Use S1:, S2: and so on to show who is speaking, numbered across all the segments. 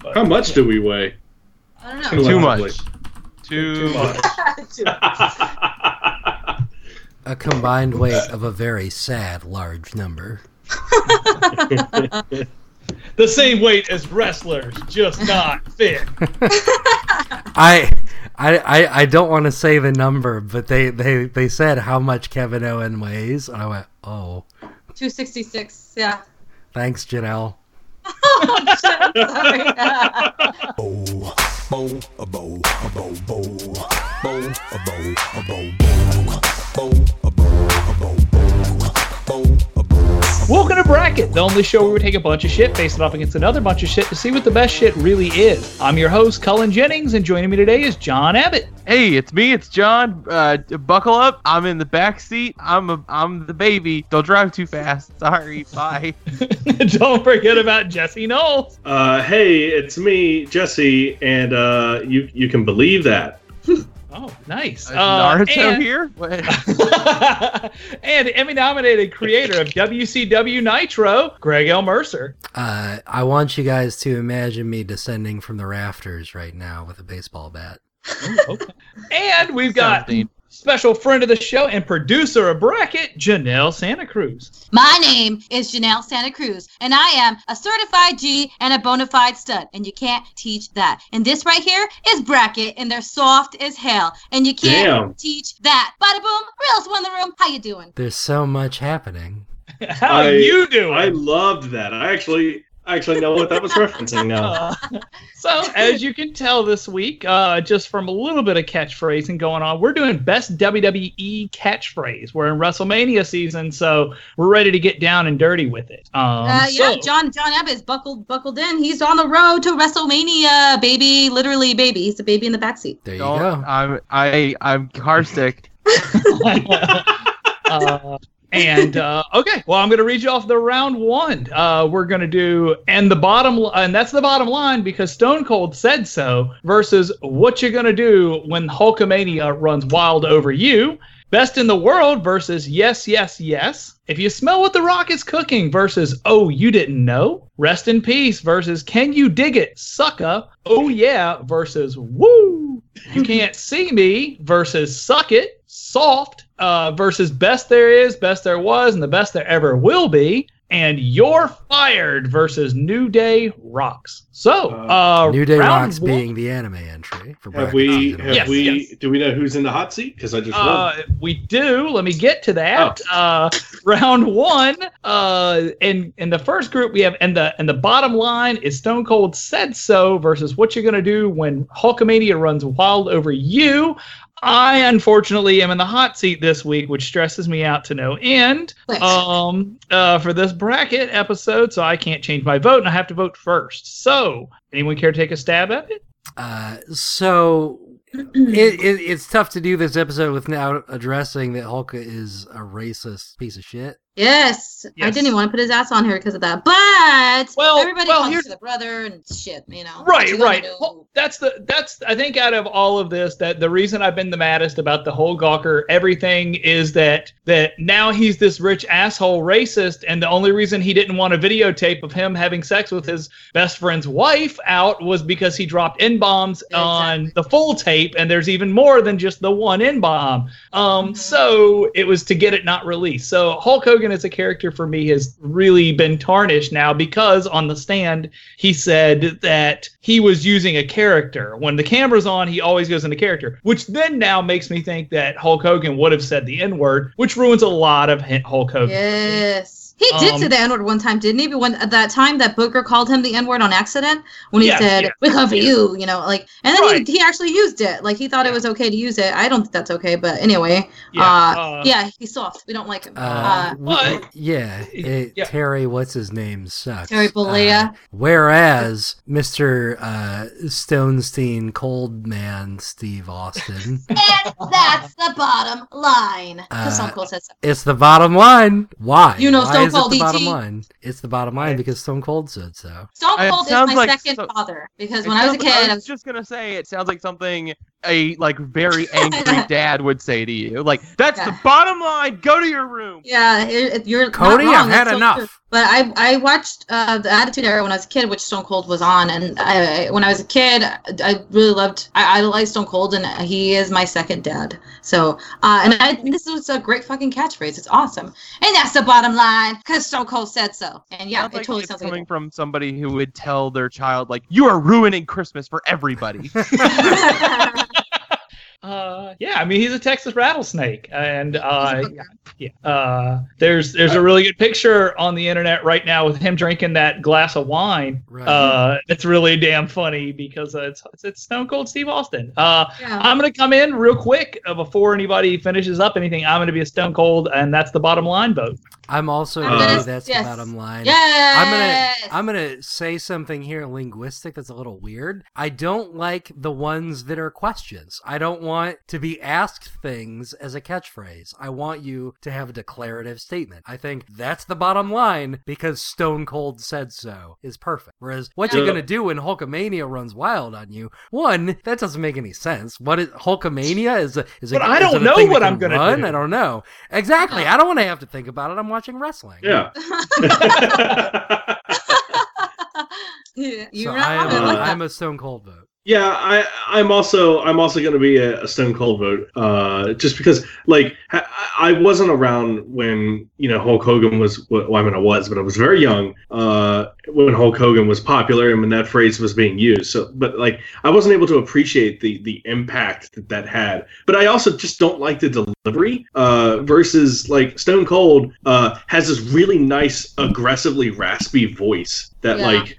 S1: But,
S2: How much do we weigh?
S3: I don't
S2: Too
S3: know.
S4: Too
S2: lovely.
S4: much. Too
S1: Too much.
S4: much.
S5: A combined weight of a very sad large number.
S1: the same weight as wrestlers, just not fit.
S5: I, I, I, I don't want to say the number, but they, they, they said how much Kevin Owen weighs, and I went, oh,
S3: Two sixty six. Yeah.
S5: thanks, Janelle.
S3: Sorry.
S1: Welcome to Bracket, the only show where we take a bunch of shit, face it off against another bunch of shit to see what the best shit really is. I'm your host, Cullen Jennings, and joining me today is John Abbott.
S4: Hey, it's me. It's John. Uh, buckle up. I'm in the back seat. I'm a, I'm the baby. Don't drive too fast. Sorry. Bye.
S1: Don't forget about Jesse Knowles.
S2: Uh, hey, it's me, Jesse, and uh, you you can believe that.
S1: Oh, nice.
S4: Is
S1: Uh,
S4: Naruto
S1: and-
S4: here? What?
S1: and Emmy nominated creator of WCW Nitro, Greg L. Mercer.
S5: Uh, I want you guys to imagine me descending from the rafters right now with a baseball bat.
S1: And we've got
S4: Something.
S1: special friend of the show and producer of Bracket, Janelle Santa Cruz.
S3: My name is Janelle Santa Cruz, and I am a certified G and a bona fide stud, and you can't teach that. And this right here is bracket, and they're soft as hell, and you can't
S2: Damn.
S3: teach that. Bada boom, Reels won the room. How you doing?
S5: There's so much happening.
S1: How
S2: I-
S1: you doing?
S2: I loved that. I actually I actually know what that was referencing now.
S1: Uh, so as you can tell this week uh, just from a little bit of catchphrase and going on we're doing best wwe catchphrase we're in wrestlemania season so we're ready to get down and dirty with it um,
S3: uh, yeah,
S1: so-
S3: John John Abbott is buckled buckled in. He's on the road to WrestleMania, baby. Literally, baby. He's the baby in the backseat.
S5: There you
S4: Don't-
S5: go.
S4: I'm I I'm car sick.
S1: Uh, and uh, okay, well, I'm going to read you off the round one. Uh, we're going to do and the bottom, and that's the bottom line because Stone Cold said so. Versus what you're going to do when Hulkamania runs wild over you. Best in the world versus yes, yes, yes. If you smell what the rock is cooking versus oh, you didn't know. Rest in peace versus can you dig it, sucka? Oh yeah versus woo. You can't see me versus suck it, soft uh, versus best there is, best there was, and the best there ever will be. And you're fired versus New Day rocks. So, uh,
S5: New Day
S1: round
S5: Rocks
S1: one-
S5: being the anime entry for
S2: Have
S5: bracket
S2: we
S5: season
S2: have
S1: Yes,
S5: one.
S2: we
S1: yes.
S2: do we know who's in the hot seat? Because I just won.
S1: Uh, we do. Let me get to that. Uh, round one. Uh, in in the first group, we have and the and the bottom line is Stone Cold said so versus what you're gonna do when Hulkamania runs wild over you. I unfortunately am in the hot seat this week, which stresses me out to no end.
S3: Quick.
S1: Um, uh, for this bracket episode, so I can't change my vote, and I have to vote first. So, anyone care to take a stab at it?
S5: Uh, so it, it, it's tough to do this episode without addressing that Hulk is a racist piece of shit.
S3: Yes. I
S1: Yes.
S3: didn't even want to put his ass on here because of that. But
S1: Well-
S3: everybody
S1: well,
S3: comes
S1: here's-
S3: to the brother and shit, you know. What
S1: Right,
S3: you gonna
S1: right.
S3: do?
S1: Well, That's the that's I think out of all of this that the reason I've been the maddest about the whole Gawker everything is that that now he's this rich asshole racist and the only reason he didn't want a videotape of him having sex with his best friend's wife out was because he dropped N bombs on the full tape and there's even more than just the one N bomb. Um,
S3: Mhm.
S1: so it was to get it not released. So Hulk Hogan as a character for me has really been tarnished now because on the stand he said that he was using a character. When the camera's on, he always goes into character, which then now makes me think that Hulk Hogan would have said the N word, which ruins a lot of H- Hulk Hogan.
S3: Yes. He did
S1: Um,
S3: say the N word one time, didn't he? But when at that time that Booker called him the N word on accident, when he
S1: Yes,
S3: said,
S1: yes,
S3: We come for
S1: yes.
S3: you, you know, like and then
S1: Right.
S3: he, he actually used it. Like he thought it
S1: Yeah.
S3: was okay to use it. I don't think that's okay, but anyway. uh, yeah, he's soft. We don't like him.
S5: Uh,
S3: Uh,
S5: w-
S1: what?
S5: yeah, it-
S1: Yeah.
S5: Terry, what's his name, sucks.
S3: Terry Bollea.
S5: Uh, whereas Mr. Uh, Stonestein Cold Man Steve Austin,
S3: and that's the bottom line. 'Cause
S5: Uh,
S3: Stone Cold said so.
S5: it's the bottom line. Why?
S3: You know
S5: Why
S3: Stone
S5: is it
S3: Cold E
S5: the bottom
S3: ET?
S5: line? It's the bottom line because Stone Cold said so.
S3: Stone
S4: it
S3: Cold is
S4: sounds
S3: my
S4: like
S3: second
S4: so-
S3: father because
S4: It
S3: when I was a
S4: sounds-
S3: kid, I
S4: was
S3: was
S4: just gonna say it sounds like something a like very angry dad would say to you. Like that's the
S3: Yeah.
S4: bottom line. Go to your room.
S3: yeah, it, it- you're not
S5: Cody,
S3: wrong.
S5: I've
S3: That's
S5: had
S3: so
S5: enough.
S3: true. But I I watched uh, the Attitude Era when I was a kid, which Stone Cold was on, and I, I- when I was a kid, I, I really loved I idolized Stone Cold, and he is my second dad. So uh, and I this was a great fucking catchphrase. It's awesome, and that's the bottom line because Stone Cold said so. And yeah,
S4: Sounds
S3: it
S4: like
S3: totally
S4: it's
S3: sounds like.
S4: coming
S3: a
S4: from somebody who would tell their child like, "You are ruining Christmas for everybody."
S3: dad.
S1: Uh, yeah, I mean he's a Texas rattlesnake, and uh,
S3: He's a
S1: yeah, yeah. Uh, there's there's a really good picture on the internet right now with him drinking that glass of wine.
S5: Right.
S1: Uh, it's really damn funny because uh, it's it's Stone Cold Steve Austin. Uh,
S3: yeah.
S1: I'm gonna come in real quick uh, before anybody finishes up anything. I'm gonna be a Stone Cold, and that's the bottom line vote.
S5: I'm also
S2: I'm
S5: gonna
S2: gonna-
S5: do that's
S3: yes.
S5: the bottom line.
S3: Yes.
S5: I'm gonna say something here linguistic that's a little weird. I don't like the ones that are questions. I don't want to be asked things as a catchphrase. I want you to have a declarative statement. I think that's the bottom line because Stone Cold said so is perfect. Whereas what you're
S2: Yeah.
S5: gonna do when Hulkamania runs wild on you, one, that doesn't make any sense. What is Hulkamania is a is a
S1: But I
S5: is
S1: don't
S5: it a
S1: know
S5: thing that
S1: what
S5: can
S1: I'm gonna
S5: run?
S1: do.
S5: I don't know. Exactly. I don't want to have to think about it. I'm watching wrestling.
S2: Yeah.
S3: Yeah, You're
S5: so
S3: not
S5: I'm,
S3: wrong. I
S5: a-
S3: like that.
S5: I'm a Stone Cold vote.
S2: Yeah, I, I'm also I'm also going to be a, a Stone Cold vote, uh, just because like ha- I I wasn't around when you know Hulk Hogan was well I mean I was but I was very young uh, when Hulk Hogan was popular and when that phrase was being used. So, but like I wasn't able to appreciate the the impact that that had. But I also just don't like the delivery uh, versus like Stone Cold uh, has this really nice aggressively raspy voice that
S3: Yeah.
S2: like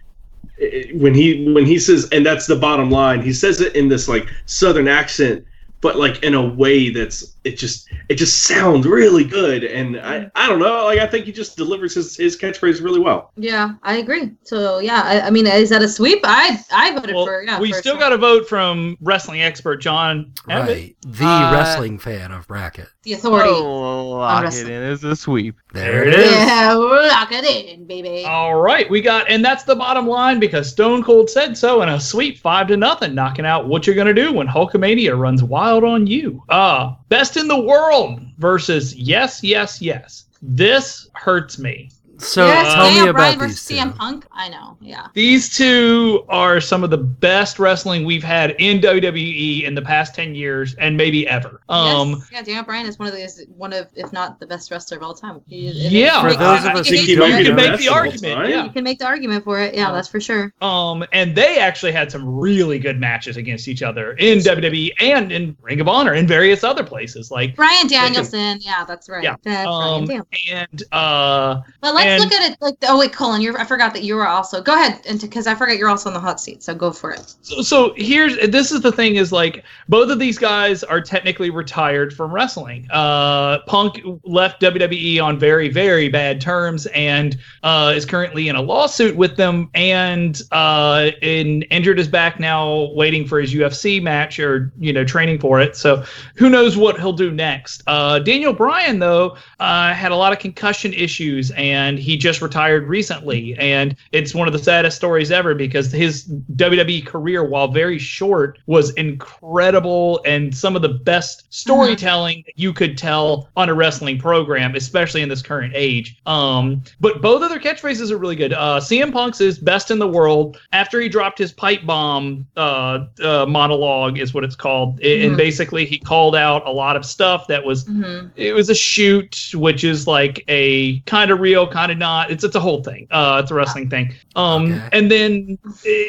S2: it- when he when he says and that's the bottom line he says it in this like southern accent but like in a way that's it just it just sounds really good and
S3: Mm-hmm.
S2: i i don't know like i think he just delivers his his catchphrase really well
S3: Yeah, I agree. So yeah, I, I mean, is that a sweep? I I voted
S1: Well,
S3: for yeah.
S1: we
S3: for
S1: still
S3: Stone-
S1: got a vote from wrestling expert John. Abbott.
S5: Right. The
S4: Uh,
S5: wrestling fan of Bracket.
S3: the authority.
S4: Oh, lock it
S3: wrestling.
S4: in is a sweep.
S5: There
S1: There
S5: it
S1: it
S5: is.
S3: Yeah, lock it in, baby.
S1: All right, we got, and that's the bottom line because Stone Cold said so in a sweep five to nothing, knocking out what you're gonna do when Hulkamania runs wild on you. Uh, best in the world versus yes, yes, yes. This hurts me.
S5: So uh,
S3: yes,
S5: tell
S3: Daniel
S5: me
S3: Bryan
S5: about
S3: versus
S5: these two.
S3: CM Punk. I know. Yeah.
S1: These two are some of the best wrestling we've had in WWE in the past ten years and maybe ever. Um,
S3: yes. Yeah, Daniel Bryan is one of these, one of if not the best wrestler of all time. He-
S1: Yeah.
S5: For
S1: Like,
S5: those
S1: I-
S5: of
S1: I
S5: us
S3: think
S5: who
S3: he
S5: don't
S1: you
S3: might
S1: can
S3: be
S1: make
S2: best
S1: the
S2: of all
S1: argument.
S2: time.
S1: Yeah.
S3: You can make the argument for it. Yeah, that's for sure.
S1: Um, and they actually had some really good matches against each other in WWE and in Ring of Honor and various other places. Like,
S3: Brian Danielson. Yeah, that's right.
S1: Yeah.
S3: That's Bryan
S1: um,
S3: Danielson.
S1: and uh,
S3: But let's
S1: and-
S3: look at it like. Oh wait, Colin, you are I forgot that you were also. Go ahead, and because I forgot you're also on the hot seat. So go for it.
S1: so, so here's this is the thing is like both of these guys are technically retired from wrestling. Uh, Punk left WWE on very very bad terms and uh, is currently in a lawsuit with them and uh, in injured his back now, waiting for his UFC match or you know training for it. So who knows what he'll do next. Uh, Daniel Bryan though uh, had a lot of concussion issues and he just retired recently. And it's one of the saddest stories ever because his WWE career, while very short, was incredible and some of the best storytelling that you could tell on a wrestling program, especially in this current age. Um, but both of their catchphrases are really good. Uh, CM Punk's is best in the world after he dropped his pipe bomb uh, uh, monologue, is what it's called. A-
S3: Mhm.
S1: And basically, he called out a lot of stuff that was
S3: Mm-hmm.
S1: it was a shoot, which is like a kind of real, kind of not. It's it's a whole thing. Uh, it's a wrestling thing. Um,
S5: Okay.
S1: and then, eh,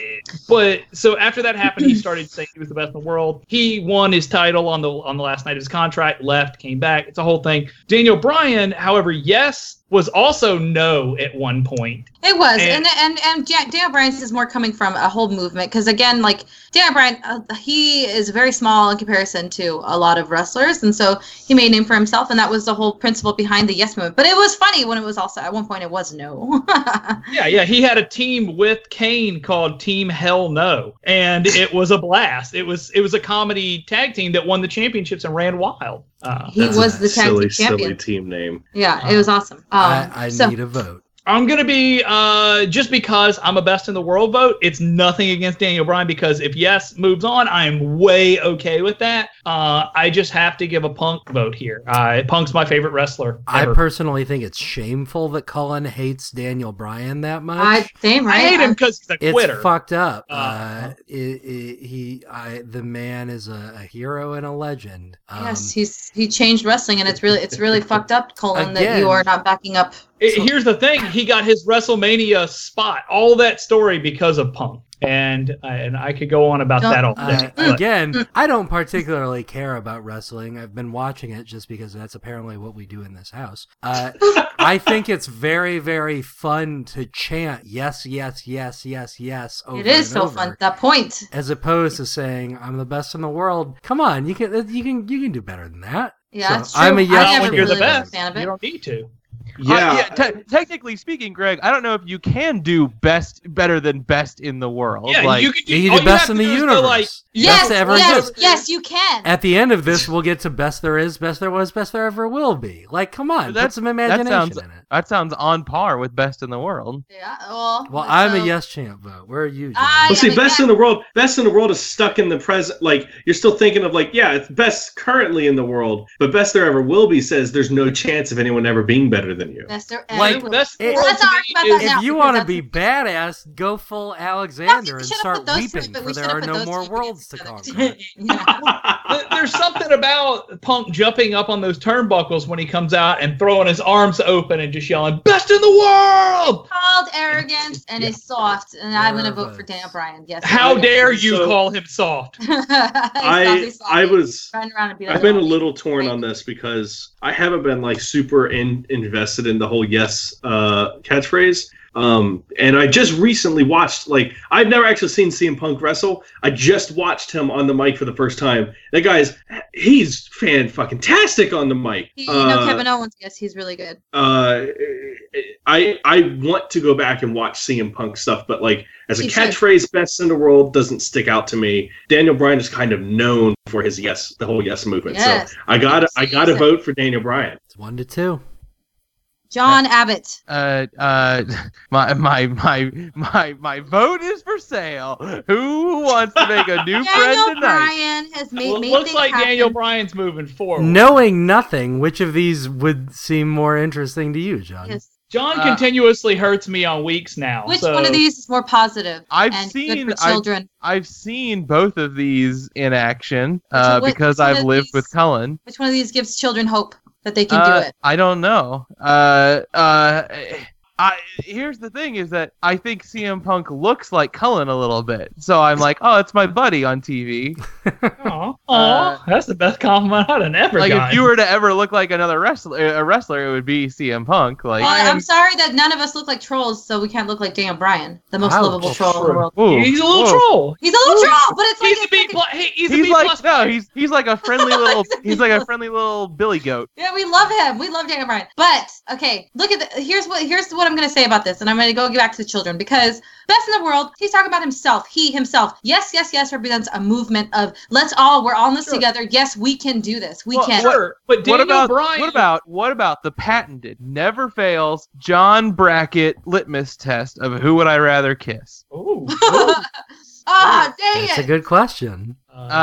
S1: but so after that happened, he started saying he was the best in the world. He won his title on the on the last night of his contract. Left, came back. It's a whole thing. Daniel Bryan, however, yes, was also no at one point.
S3: It was, and
S1: And-
S3: and and Jack, Daniel Bryan's is more coming from a whole movement because again, like Daniel Bryan, uh, he is very small in comparison to a lot of wrestlers, and so he made a name for himself, and that was the whole principle behind the Yes movement. But it was funny when it was also at one point it was no.
S1: Yeah, yeah. He had a team with Kane called Team Hell No, and it was a blast. It was it was a comedy tag team that won the championships and ran wild. Uh,
S3: he
S5: That's
S3: was the tag
S2: silly
S3: team champion.
S2: silly team name
S3: Yeah, it was awesome. Um,
S5: I, I
S3: so
S5: need a vote.
S1: I'm gonna be uh, just because I'm a best in the world vote. It's nothing against Daniel Bryan because if yes moves on, I am way okay with that. Uh, I just have to give a Punk vote here. Uh, Punk's my favorite wrestler.
S5: I
S1: ever.
S5: personally think it's shameful that Cullen hates Daniel Bryan that much.
S3: I same
S1: I
S3: right.
S1: hate him because he's a
S5: it's
S1: quitter.
S5: fucked up. Uh,
S1: Uh,
S5: i- i- he, I, the man is a, a hero and a legend. Um,
S3: yes, he's he changed wrestling, and it's really it's really fucked up, Colin, that
S5: Again.
S3: you are not backing up.
S1: It- here's the thing: he got his WrestleMania spot. All that story because of Punk, and and I could go on about that all
S5: Uh,
S1: day. but-
S5: again, I don't particularly care about wrestling. I've been watching it just because that's apparently what we do in this house. Uh, I think it's very, very fun to chant yes, yes, yes, yes, yes. Over
S3: It is so
S5: and over,
S3: fun. That point.
S5: As opposed to saying I'm the best in the world. Come on, you can, you can, you can do better than that.
S3: Yeah,
S5: So,
S3: that's true.
S5: I'm a
S3: I
S5: yes
S1: Not
S3: never
S1: when you're the
S3: really was a
S1: best,
S3: fan of it.
S1: you don't need to.
S2: Yeah,
S4: Uh, yeah te- technically speaking, Greg, I don't know if you can do best better than best in the world.
S1: Yeah,
S4: like,
S1: you could.
S5: Be
S1: all
S5: the
S1: you
S5: best
S1: have
S5: in
S1: to
S5: the
S1: do is go,
S5: universe.
S1: like,
S5: Best
S3: Yes,
S5: to ever
S3: yes,
S5: exist.
S3: yes, you can.
S5: At the end of this, we'll get to best there is, best there was, best there ever will be. Like, come on, put
S4: That's-
S5: some imagination
S4: sounds-
S5: in it.
S4: that sounds on par with best in the world.
S3: yeah, well,
S5: Well, I'm a
S3: so-
S5: yes champ vote. Where are you?
S3: I
S5: John?
S2: Well, see,
S3: Yeah, but
S2: best
S3: yeah.
S2: in the world, best in the world is stuck in the present. Like you're still thinking of like, yeah, it's best currently in the world, but best there ever will be says there's no chance of anyone ever being better than you.
S3: Best there ever
S5: Like,
S1: Like
S3: will.
S1: that's
S5: It-
S3: Let's not argue about that now.
S5: if you
S3: because
S5: want to
S3: that's-
S5: be badass, go full
S3: Fuck, we
S5: Alexander and
S3: should've
S5: start
S3: put those
S5: weeping,
S3: three, but
S5: for
S3: we
S5: there
S3: should've
S5: are
S3: put
S5: no
S3: those
S5: more
S3: three
S5: worlds to
S3: together.
S5: conquer.
S3: Yeah.
S1: Th- There's something about Punk jumping up on those turnbuckles when he comes out and throwing his arms open and just yelling, "Best in the world!"
S3: Called arrogant and is soft, and I'm gonna vote for
S5: Nervous.
S3: Dan O'Brien. Yes.
S1: How
S3: yes.
S1: dare you
S2: So-
S1: call him soft?
S2: I I was
S3: running around and be like,
S2: I've been a
S3: "Oh."
S2: little torn on this because I haven't been like super in, invested in the whole yes uh, catchphrase. Um, and I just recently watched like I've never actually seen CM Punk wrestle. I just watched him on the mic for the first time. That guy's he's fan fucking tastic on the mic.
S3: He, you know
S2: Uh,
S3: Kevin Owens. Yes, he's really good.
S2: uh, I I want to go back and watch CM Punk stuff, but like as a
S3: Me too.
S2: catchphrase, best in the world doesn't stick out to me. Daniel Bryan is kind of known for his yes, the whole yes movement.
S3: Yes.
S2: So I gotta I gotta
S3: Yes.
S2: vote for Daniel Bryan.
S5: It's one to two.
S3: John Abbott.
S4: Uh, uh, my my my my my vote is for sale. Who wants to make a new friend
S3: Daniel
S4: tonight?
S3: Bryan has made,
S1: Well,
S3: made
S1: looks
S3: things
S1: like
S3: happen.
S1: Daniel Bryan's moving forward.
S5: Knowing nothing, which of these would seem more interesting to you, John?
S3: Yes.
S1: John
S4: Uh,
S1: continuously hurts me on weeks now.
S3: Which
S1: so-
S3: one of these is more positive?
S4: I've
S3: and
S4: seen
S3: good for
S4: I've,
S3: children.
S4: I've seen both of these in action uh,
S3: what-
S4: because
S3: which one
S4: I've
S3: of
S4: lived
S3: these-
S4: with Cullen.
S3: Which one of these gives children hope that they can
S4: Uh,
S3: do it?
S4: I don't know. Uh, uh, I here's the thing is that I think CM Punk looks like Cullen a little bit, so I'm like, oh, it's my buddy on TV.
S1: Aw,
S4: Uh,
S1: aw, that's the best compliment I'd ever
S4: like
S1: gotten.
S4: if you were to ever look like another wrestler, a wrestler, it would be CM Punk. Like,
S3: Well,
S1: I am-
S3: I'm sorry that none of us look like trolls, so we can't look like Daniel Bryan, the most
S5: Ouch.
S3: lovable troll in the world.
S4: ooh,
S1: he's a little
S4: whoa.
S1: troll.
S3: He's a little troll, but it's like
S1: He's a
S3: it's
S1: B
S3: like a-
S1: plus. He, he's, a
S4: He's
S1: B
S4: like
S1: plus.
S4: no, he's he's like a friendly little
S3: He's a
S4: he's like a
S3: B+.
S4: friendly little billy goat.
S3: Yeah, we love him. We love Daniel Bryan. But okay, look at the, here's what here's what I'm gonna say about this, and I'm gonna go back to the children because best in the world. He's talking about himself. He himself. Yes, yes, yes represents a movement of let's all we're all in this
S1: Sure.
S3: together. Yes, we can do this. We
S4: Well,
S3: can.
S1: Sure, but Daniel
S4: what about
S1: Bryan.
S4: what about what about the patented never fails John Brackett litmus test of who would I rather kiss?
S1: Ooh,
S3: Ah, dang
S5: That's a
S3: it!
S5: good question.
S1: uh, I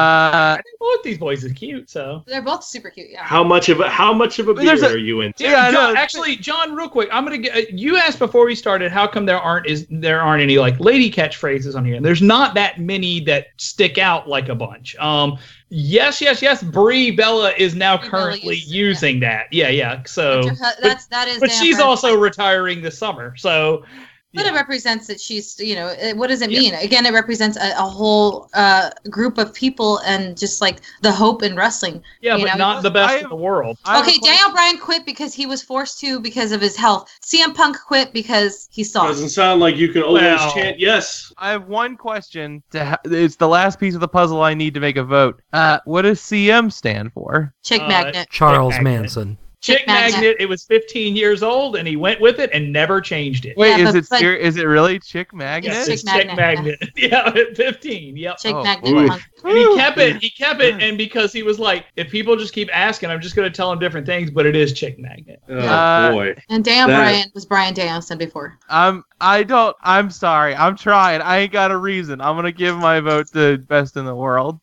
S4: Uh,
S1: think both these boys are cute. So
S3: They're both super cute. Yeah.
S2: How much of a how much of a beer
S4: There's a-
S2: are you in?
S1: Yeah,
S4: Yeah, I
S1: John,
S4: know.
S1: actually, John, real quick, I'm gonna get uh, you asked before we started how come there aren't is there aren't any like lady catchphrases on here, and there's not that many that stick out like a bunch. Um, yes, yes, yes, Brie Bella is now
S3: Brie Bella
S1: currently
S3: uses it, yeah.
S1: using that. Yeah, yeah. So,
S3: That's your hu- that's that is.
S1: but
S3: Daniel
S1: she's
S3: Bryan.
S1: also retiring this summer, so
S3: But
S1: yeah.
S3: it represents that she's, you know, it, what does it
S1: Yeah.
S3: mean? Again, it represents a, a whole uh, group of people and just like the hope in wrestling.
S1: yeah,
S3: you
S1: but
S3: know,
S1: not the
S4: I
S1: best in
S4: have-
S1: the world.
S4: I have a
S3: okay,
S4: question.
S3: Daniel Bryan quit because he was forced to because of his health. CM Punk quit because he saw.
S2: Doesn't sound like you can always
S1: Well-
S2: chant yes.
S4: I have one question. To ha- it's the last piece of the puzzle I need to make a vote. Uh, what does CM stand for?
S3: Chick
S1: Uh,
S3: magnet.
S5: Charles
S1: Magnet.
S5: Manson.
S1: Chick, magnet. It was 15 years old, and he went with it and never changed it.
S4: Wait,
S3: Yeah,
S4: is
S3: but-
S4: it
S3: but-
S4: ser- is it really Chick Magnet?
S3: Yes,
S1: it's
S3: Chick
S1: Chick
S3: Magnet,
S1: magnet. Yeah, at 15. Yep.
S3: Chick
S4: Oh,
S3: magnet.
S2: boy.
S3: on-
S1: And he kept it. He kept it, and because he was like, if people just keep asking, I'm just going to tell them different things. But it is Chick Magnet.
S2: Oh
S4: Uh,
S2: boy.
S3: And Dan
S2: That-
S3: Bryan was Brian Danielson before.
S4: I'm I don't I'm sorry. I'm trying. I ain't got a reason. I'm gonna give my vote to best in the world.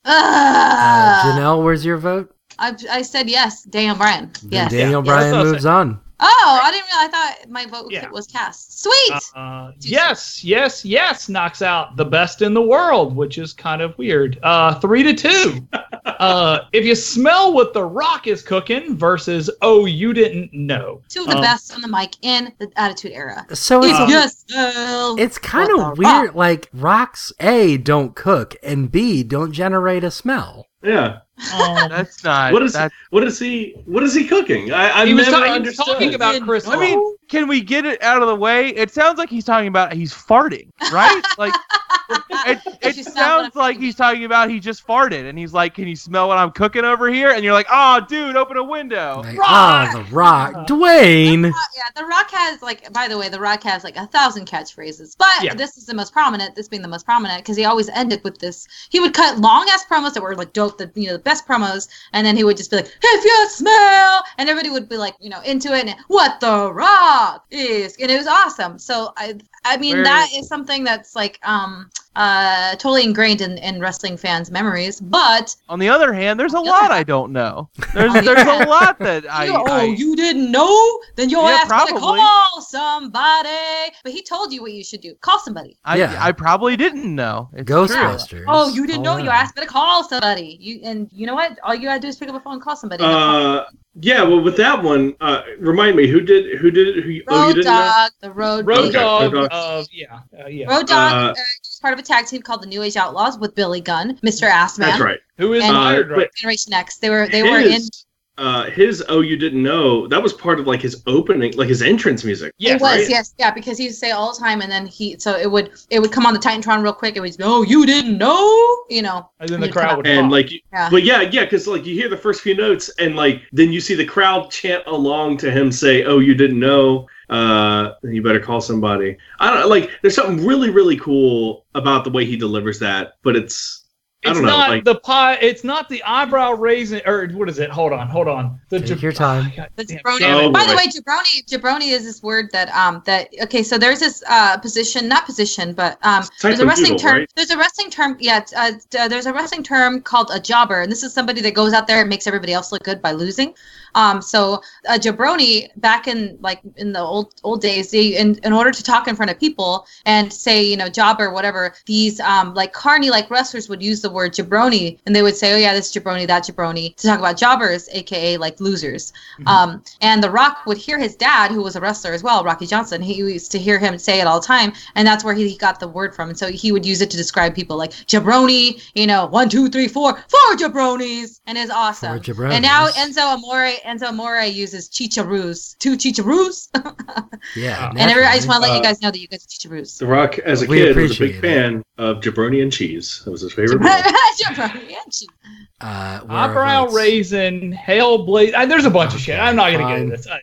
S5: Uh,
S3: Ah,
S5: Janelle, where's your vote?
S3: I, I said yes, Daniel Bryan.
S5: Then
S3: Yes.
S5: Daniel
S1: Yeah,
S5: Bryan
S1: that's what I
S5: moves on.
S3: Oh, I didn't. Realize, I thought my vote
S1: Yeah.
S3: was cast. Sweet.
S1: Uh, yes, yes, yes. Knocks out the best in the world, which is kind of weird. Uh, three to two. Uh, if you smell what the Rock is cooking versus oh you didn't know.
S3: Two of the
S1: um,
S3: best on the mic in the Attitude Era.
S5: So
S3: It's
S5: it's
S1: Uh,
S3: just girl.
S5: uh, it's kind of
S3: What the
S5: weird. Like rocks, a don't cook, and b don't generate a smell.
S2: Yeah.
S1: Um,
S4: Oh, That's not
S2: What is-
S4: that's,
S2: What is he? What is he cooking? I, I
S1: he was,
S2: never
S1: ta- he was
S2: understood.
S1: talking about Chris.
S4: I mean, can we get it out of the way? It sounds like he's talking about he's farting, right? like it, it
S3: If you smell what
S4: sounds
S3: I'm
S4: like
S3: cooking.
S4: he's talking about he just farted and he's like, Can you smell what I'm cooking over here? And you're like, Oh dude, open a
S1: Oh.
S4: window.
S5: Like, ah, the rock, Dwayne.
S3: Uh, yeah, The Rock has like. By the way, The Rock has like a thousand catchphrases, but
S1: Yeah.
S3: this is the most prominent. This being the most prominent because he always ended with this. He would cut long ass promos that were like dope, the you know the best promos, and then he would just be like, "If you smell," and everybody would be like, you know, into it. And what the Rock is, and it was awesome. So I, I mean,
S4: Where-
S3: that is something that's like um uh totally ingrained in in wrestling fans' memories, but
S4: On the other hand, there's a
S3: the
S4: lot
S3: other-
S4: I don't know. There's
S3: On the
S4: there's
S3: other
S4: a lot that I,
S3: you, oh,
S4: I-
S3: you didn't know? Then your
S4: Yeah,
S3: ass probably.
S4: probably.
S3: call somebody. But he told you what you should do. Call somebody.
S4: I,
S5: Yeah.
S4: I probably didn't know. It's true.
S5: Ghostbusters.
S3: Oh, you didn't know? Your
S5: Alright.
S3: ass better call somebody. You and you know what? All you gotta do is pick up a phone and call somebody.
S2: Uh, yeah. Well, with that one, uh, remind me who did who did it? Who, oh, you
S3: road
S2: didn't know?
S3: dog, the road,
S1: Road
S3: Dog.
S1: Dog.
S2: Road Dog.
S1: Uh, yeah, uh, yeah.
S3: Road dog
S2: Uh,
S3: uh, is part of a tag team called the New Age Outlaws with Billy Gunn, Mr. Assman,
S2: That's right.
S1: Who is
S3: And-
S1: hired
S2: Uh,
S1: right?
S3: Generation X. They were they were in
S2: His, uh, his oh you didn't know that was part of like his opening like his entrance music.
S1: Yes,
S3: it was
S2: right?
S3: yes yeah because he would say all the time and then he so it would it would come on the Titantron real quick it was no you didn't know you know
S1: And then the crowd would
S2: And
S1: pop.
S2: like, you-
S3: Yeah.
S2: but yeah, yeah, because like you hear the first few notes, and like then you see the crowd chant along to him say, "Oh, you didn't know." Uh, then you better call somebody. I don't like. There's something really, really cool about the way he delivers that, but it's I
S1: it's
S2: don't know,
S1: not
S2: like-
S1: the pie. It's not the eyebrow raising or what is it? Hold on, hold on. The
S5: Take your time.
S1: God
S3: The
S1: damn-
S3: jabroni.
S1: damn it.
S2: Oh,
S3: By the
S2: boy.
S3: way, jabroni jabroni is this word that um that okay. So there's this uh position, not position, but um
S2: It's
S3: there's a wrestling
S2: Doodle,
S3: term.
S2: right?
S3: There's a wrestling term. Yeah, it's, uh, d- uh, there's a wrestling term called a jobber, and this is somebody that goes out there and makes everybody else look good by losing. Um, so a jabroni back in like in the old old days, they in in order to talk in front of people and say you know jobber whatever, these um like carny like wrestlers would use the word jabroni, and they would say oh yeah this jabroni that jabroni to talk about jobbers, aka like losers. Um, and The Rock would hear his dad, who was a wrestler as well, Rocky Johnson. He used to hear him say it all the time, and that's where he got the word from. And so he would use it to describe people like jabroni, you know, one, two, three, four, four jabronis, and it's awesome.
S5: Four jabronis.
S3: And now Enzo Amore, Enzo Amore uses chicharus, two chicharus,
S5: Yeah.
S1: And
S3: and every, I
S5: naturally.
S3: just want to let you
S2: Uh,
S3: guys know that you guys are chicharus.
S2: The Rock, as a
S5: We
S2: kid, was a big
S5: appreciate it.
S2: fan of jabroni and cheese. That was his favorite. meal.
S3: Jabroni and cheese.
S5: uh, where are
S1: Eyebrow
S5: votes?
S1: raising, Hellblaze. I, there's a bunch of shit. I'm not gonna get
S5: Fine.
S1: into this. Uh,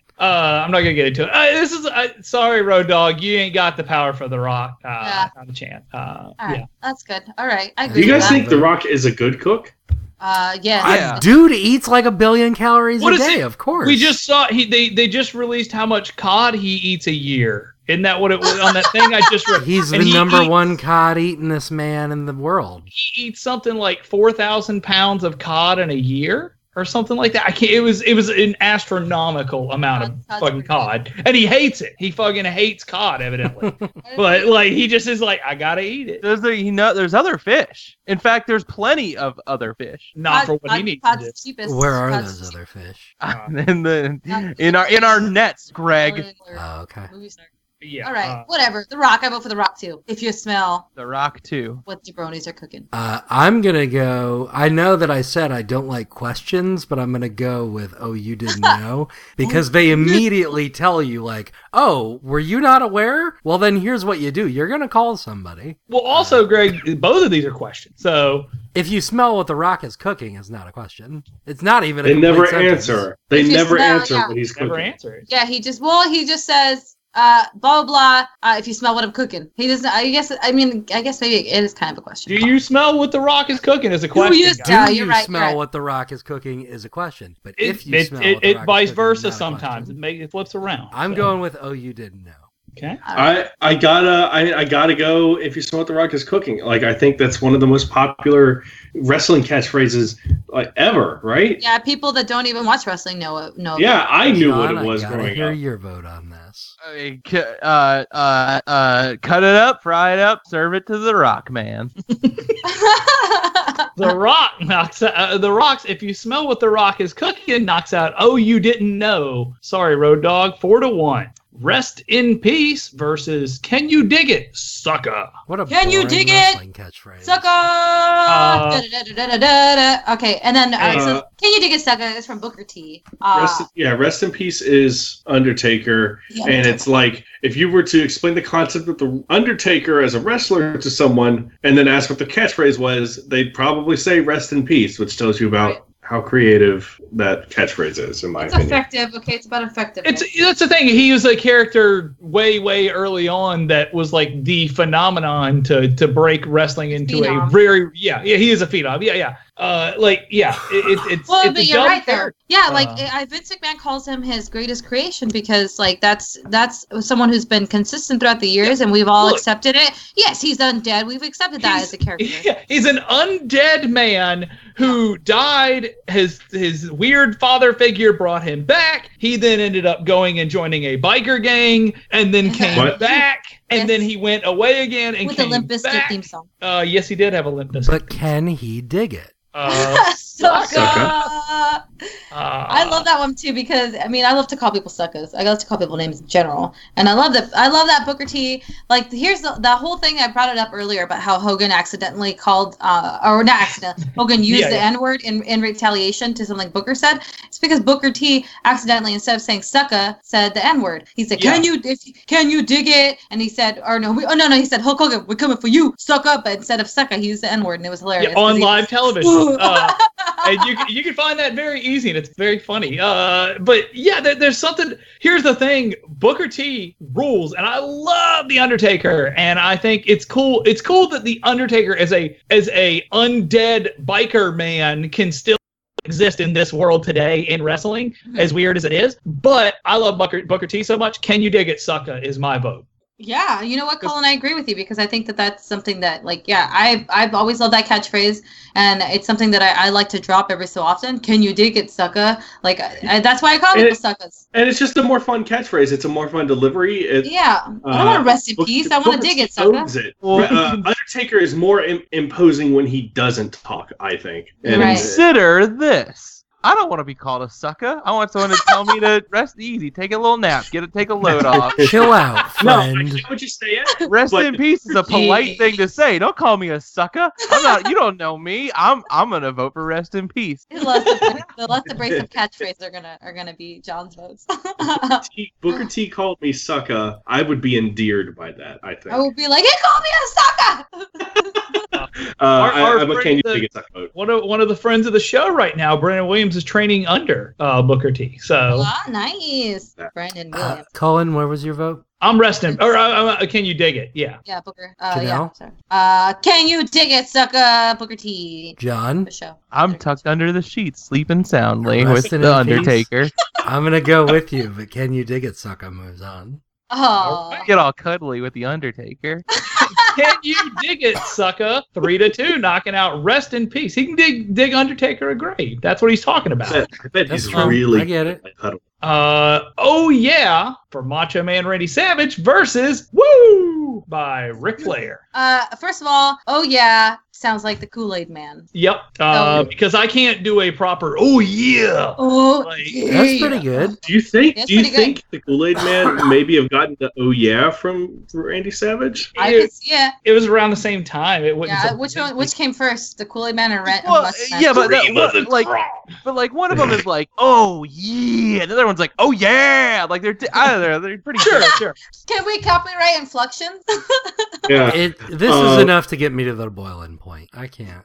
S1: I'm not gonna get into it. Uh, this is uh, sorry, Road Dog. You ain't got the power for the Rock. Uh,
S3: Yeah.
S1: Not a chance. Uh,
S3: All right,
S1: Yeah.
S3: that's good. All right, I
S2: Do
S3: agree.
S2: you
S3: with
S2: guys
S3: that.
S2: think The Rock is a good cook?
S3: Uh, yes.
S5: I-
S4: Yeah.
S5: Dude eats like a billion calories
S1: What
S5: a
S1: is
S5: day.
S1: it?
S5: Of course.
S1: We just saw he they they just released how much cod he eats a year. Isn't that what it was on that thing I just read?
S5: He's the
S1: and he
S5: number
S1: eats-
S5: one cod eating this man in the world.
S1: He eats something like four thousand pounds of cod in a year. Or something like that. I can't. It was it was an astronomical amount of
S3: Cod- cod's
S1: fucking
S3: pretty good.
S1: cod, and he hates it. He fucking hates cod, evidently. but like, he just is like, I gotta eat it.
S4: There's a, you know, there's other fish. In fact, there's plenty of other fish.
S1: not for what
S3: Cod-
S1: he needs
S3: cod's
S1: to
S3: the cheapest.
S5: Where are
S3: Cod's
S5: those
S3: the
S5: other fish?
S1: Uh,
S4: in the
S3: Not-
S4: in our in our nets, Greg.
S3: cheapest.
S5: Oh, okay.
S3: Movie star.
S1: do. Yeah.
S3: All right,
S1: uh,
S3: whatever. The Rock. I vote for The Rock too. If you smell
S4: The Rock too.
S3: what jabronis are cooking,
S5: Uh, I'm gonna go. I know that I said I don't like questions, but I'm gonna go with "Oh, you didn't know" because they immediately tell you, like, "Oh, were you not aware?" Well, then here's what you do: you're gonna call somebody.
S1: well, also, Greg, both of these are questions. So
S5: If you smell what The Rock is cooking, is not a question. It's not even. A
S2: They
S5: complete
S2: never
S5: sentence.
S2: answer. They
S3: If you
S2: never
S3: smell,
S2: answer
S3: yeah.
S2: what he's cooking.
S1: Never answers.
S3: Yeah, he just well, he just says uh, blah blah. blah uh, if you smell what I'm cooking, he doesn't. I guess. I mean, I guess maybe it is kind of a question.
S1: Do you smell what the rock is cooking? Is a question.
S3: you
S1: guys.
S5: Do
S3: Yeah,
S5: you
S3: you're right,
S5: smell
S3: you're right.
S5: what the rock is cooking is a question. But
S1: It,
S5: if you
S1: it,
S5: smell
S1: it,
S5: what The
S1: it
S5: Rock is
S1: vice
S5: cooking,
S1: versa
S5: not a
S1: sometimes. It,
S5: question.
S1: make, it flips around.
S5: I'm
S1: So,
S5: going with oh you didn't know.
S1: Okay.
S2: I I gotta I, I gotta go. If you smell what the Rock is cooking, like I think that's one of the most popular wrestling catchphrases like ever, right?
S3: yeah, people that don't even watch wrestling know it. Know.
S2: Yeah, I knew what
S5: John,
S2: it was
S5: I gotta
S2: growing
S5: hear
S2: up.
S5: your vote on this.
S4: I mean, cu- uh, uh, uh, cut it up, fry it up, serve it to the rock man.
S1: The rock knocks out, uh, the rocks. If you smell what the rock is cooking, knocks out. Oh, you didn't know. Sorry, Road Dog. Four to one. Rest in peace versus Can you dig it, sucker?
S5: What a
S3: Can you
S5: boring
S3: dig it?
S5: wrestling Catchphrase.
S3: Sucker!
S1: Uh,
S3: Da-da-da-da-da-da-da. okay, and then uh, it says, "Can you dig a sucker?" It's from Booker T. Uh,
S2: Rest, yeah, rest in peace is Undertaker,
S3: yeah.
S2: and it's like if you were to explain the concept of the Undertaker as a wrestler to someone, and then ask what the catchphrase was, they'd probably say "Rest in peace," which tells you
S3: Right.
S2: about how creative that catchphrase is, in my
S3: It's
S2: opinion.
S3: effective. Okay, it's about effective.
S1: It's that's the thing. He was a character way, way early on that was like the phenomenon to to break wrestling into
S3: Phenom.
S1: a very yeah yeah. He is a phenom. Yeah, yeah. Uh, like yeah. It, it, it's
S3: Well,
S1: it's a
S3: but you're
S1: dumb
S3: right there.
S1: character.
S3: Yeah, like
S1: Uh,
S3: I, Vince McMahon calls him his greatest creation because like that's that's someone who's been consistent throughout the years, and we've all
S1: Look.
S3: accepted it. Yes, he's undead. We've accepted that
S1: He's-
S3: as a character.
S1: Yeah, he's an undead man who died. His his weird father figure brought him back. He then ended up going and joining a biker gang, and then came
S2: What?
S1: back, and
S3: Yes.
S1: then he went away again and
S3: With a
S1: came
S3: Limp Bizkit
S1: back.
S3: theme song.
S1: Uh, yes, he did have a limp bizkit.
S5: But can he dig it?
S1: Uh,
S3: Sucker.
S2: Sucker.
S3: I love that one too because I mean I love to call people suckers. I love to call people names in general, and I love that I love that Booker T. Like here's the, the whole thing I brought it up earlier about how Hogan accidentally called uh, or not accident Hogan used
S1: Yeah,
S3: the
S1: yeah.
S3: N word in in retaliation to something Booker said. It's because Booker T. accidentally instead of saying sucka said the N word. He said
S1: Yeah.
S3: can you if can you dig it? And he said or no we, oh no no he said Hulk Hogan we're coming for you suck up. But instead of sucka he used the N word and it was hilarious.
S1: Yeah, on
S3: 'cause he-
S1: live television. Uh, and you, can- you can find that very easy and it's very funny. Uh, but yeah, there, there's something. Here's the thing Booker T rules, and I love The Undertaker. And I think it's cool. It's cool that The Undertaker, as a, as a undead biker man, can still exist in this world today in wrestling, as weird as it is. But I love Booker, Booker T so much. Can you dig it, sucker? Is my vote.
S3: Yeah, you know what,
S1: 'Cause-
S3: Colin? I agree with you because I think that that's something that, like, yeah, I I've always loved that catchphrase, and it's something that I, I like to drop every so often. Can you dig it, sucker? Like, I, I- that's why I call
S2: And
S3: people
S2: it-
S3: suckers.
S2: And it's just a more fun catchphrase. It's a more fun delivery. It,
S3: Yeah, I don't
S2: uh,
S3: want to rest in
S2: Booker-
S3: peace. I want
S2: Booker
S3: to dig it,
S2: T
S3: sucker.
S2: owns it.
S1: Well,
S2: Uh, Undertaker is more Im- imposing when he doesn't talk. I think. And
S3: Right.
S4: Consider this. I don't want to be called a sucker. I want someone to tell me to rest easy, take a little nap, get a take a load off.
S5: Chill out,
S2: No, I
S5: friend.
S2: get what you say it.
S4: Rest
S2: But-
S4: in peace is a polite thing to say. Don't call me a sucker. I'm not. You don't know me. I'm. I'm gonna vote for rest in peace.
S3: The less, abra- the less abrasive catchphrases are gonna are gonna be John's votes. I
S2: T- Booker T called me sucka. I would be endeared by that. I think.
S3: will be like, "Hey, call me a sucker."
S2: uh,
S1: Our-
S2: I,
S1: our
S2: am a
S1: friend
S2: can you
S1: that-
S2: dig it suck vote.
S1: One of, one of the friends of the show right now, Brandon Williams, is training under uh, Booker T.
S4: Oh.
S1: So
S3: Ah, nice, Brandon
S5: Uh,
S3: Williams.
S5: Colin, where was your vote?
S1: I'm resting. Or uh, uh, can you dig it? Yeah.
S3: yeah, Booker. Uh, yeah,
S5: Janelle?
S3: sorry. Uh, can you dig it, sucker? Booker T.
S5: John.
S3: The show.
S4: I'm tucked under the sheets, sleeping soundly with
S5: Rest in
S4: the
S5: peace.
S4: Undertaker.
S5: I'm gonna go with you, but can you dig it, sucker? Moves on.
S3: Oh,
S4: Get all cuddly with the Undertaker.
S1: Can you dig it, sucker? Three to two, knocking out. Rest in peace. He can dig dig Undertaker a grave. That's what he's talking
S2: I
S1: about.
S2: bet, I bet
S5: That's
S2: he's
S5: true.
S2: really.
S5: I get it.
S1: Uh oh yeah, for Macho Man Randy Savage versus Woo by Ric Flair.
S3: Uh, first of all, oh yeah, sounds like the Kool Aid Man.
S1: Yep. Uh,
S3: Oh.
S1: because I can't do a proper oh yeah.
S3: Oh,
S1: Like,
S5: That's pretty good.
S2: Do you think?
S3: That's
S2: do you
S3: pretty good.
S2: think the Kool Aid Man maybe have gotten the oh yeah from Randy Savage?
S3: I
S1: It,
S3: could see it.
S1: it was around the same time. It wouldn't
S3: Yeah,
S1: surprise
S3: which
S1: me.
S3: one? Which came first, the Kool Aid Man or Rent?
S4: Well, yeah, but that,
S2: Dream of
S4: what-
S2: the
S4: like, but like one of them is like, oh yeah, and the other one's like, oh yeah, like they're I don't know, they're pretty
S1: Sure, sure.
S3: Can we copyright inflections?
S2: Yeah.
S5: It, this
S2: Uh,
S5: is enough to get me to the boiling point. I can't.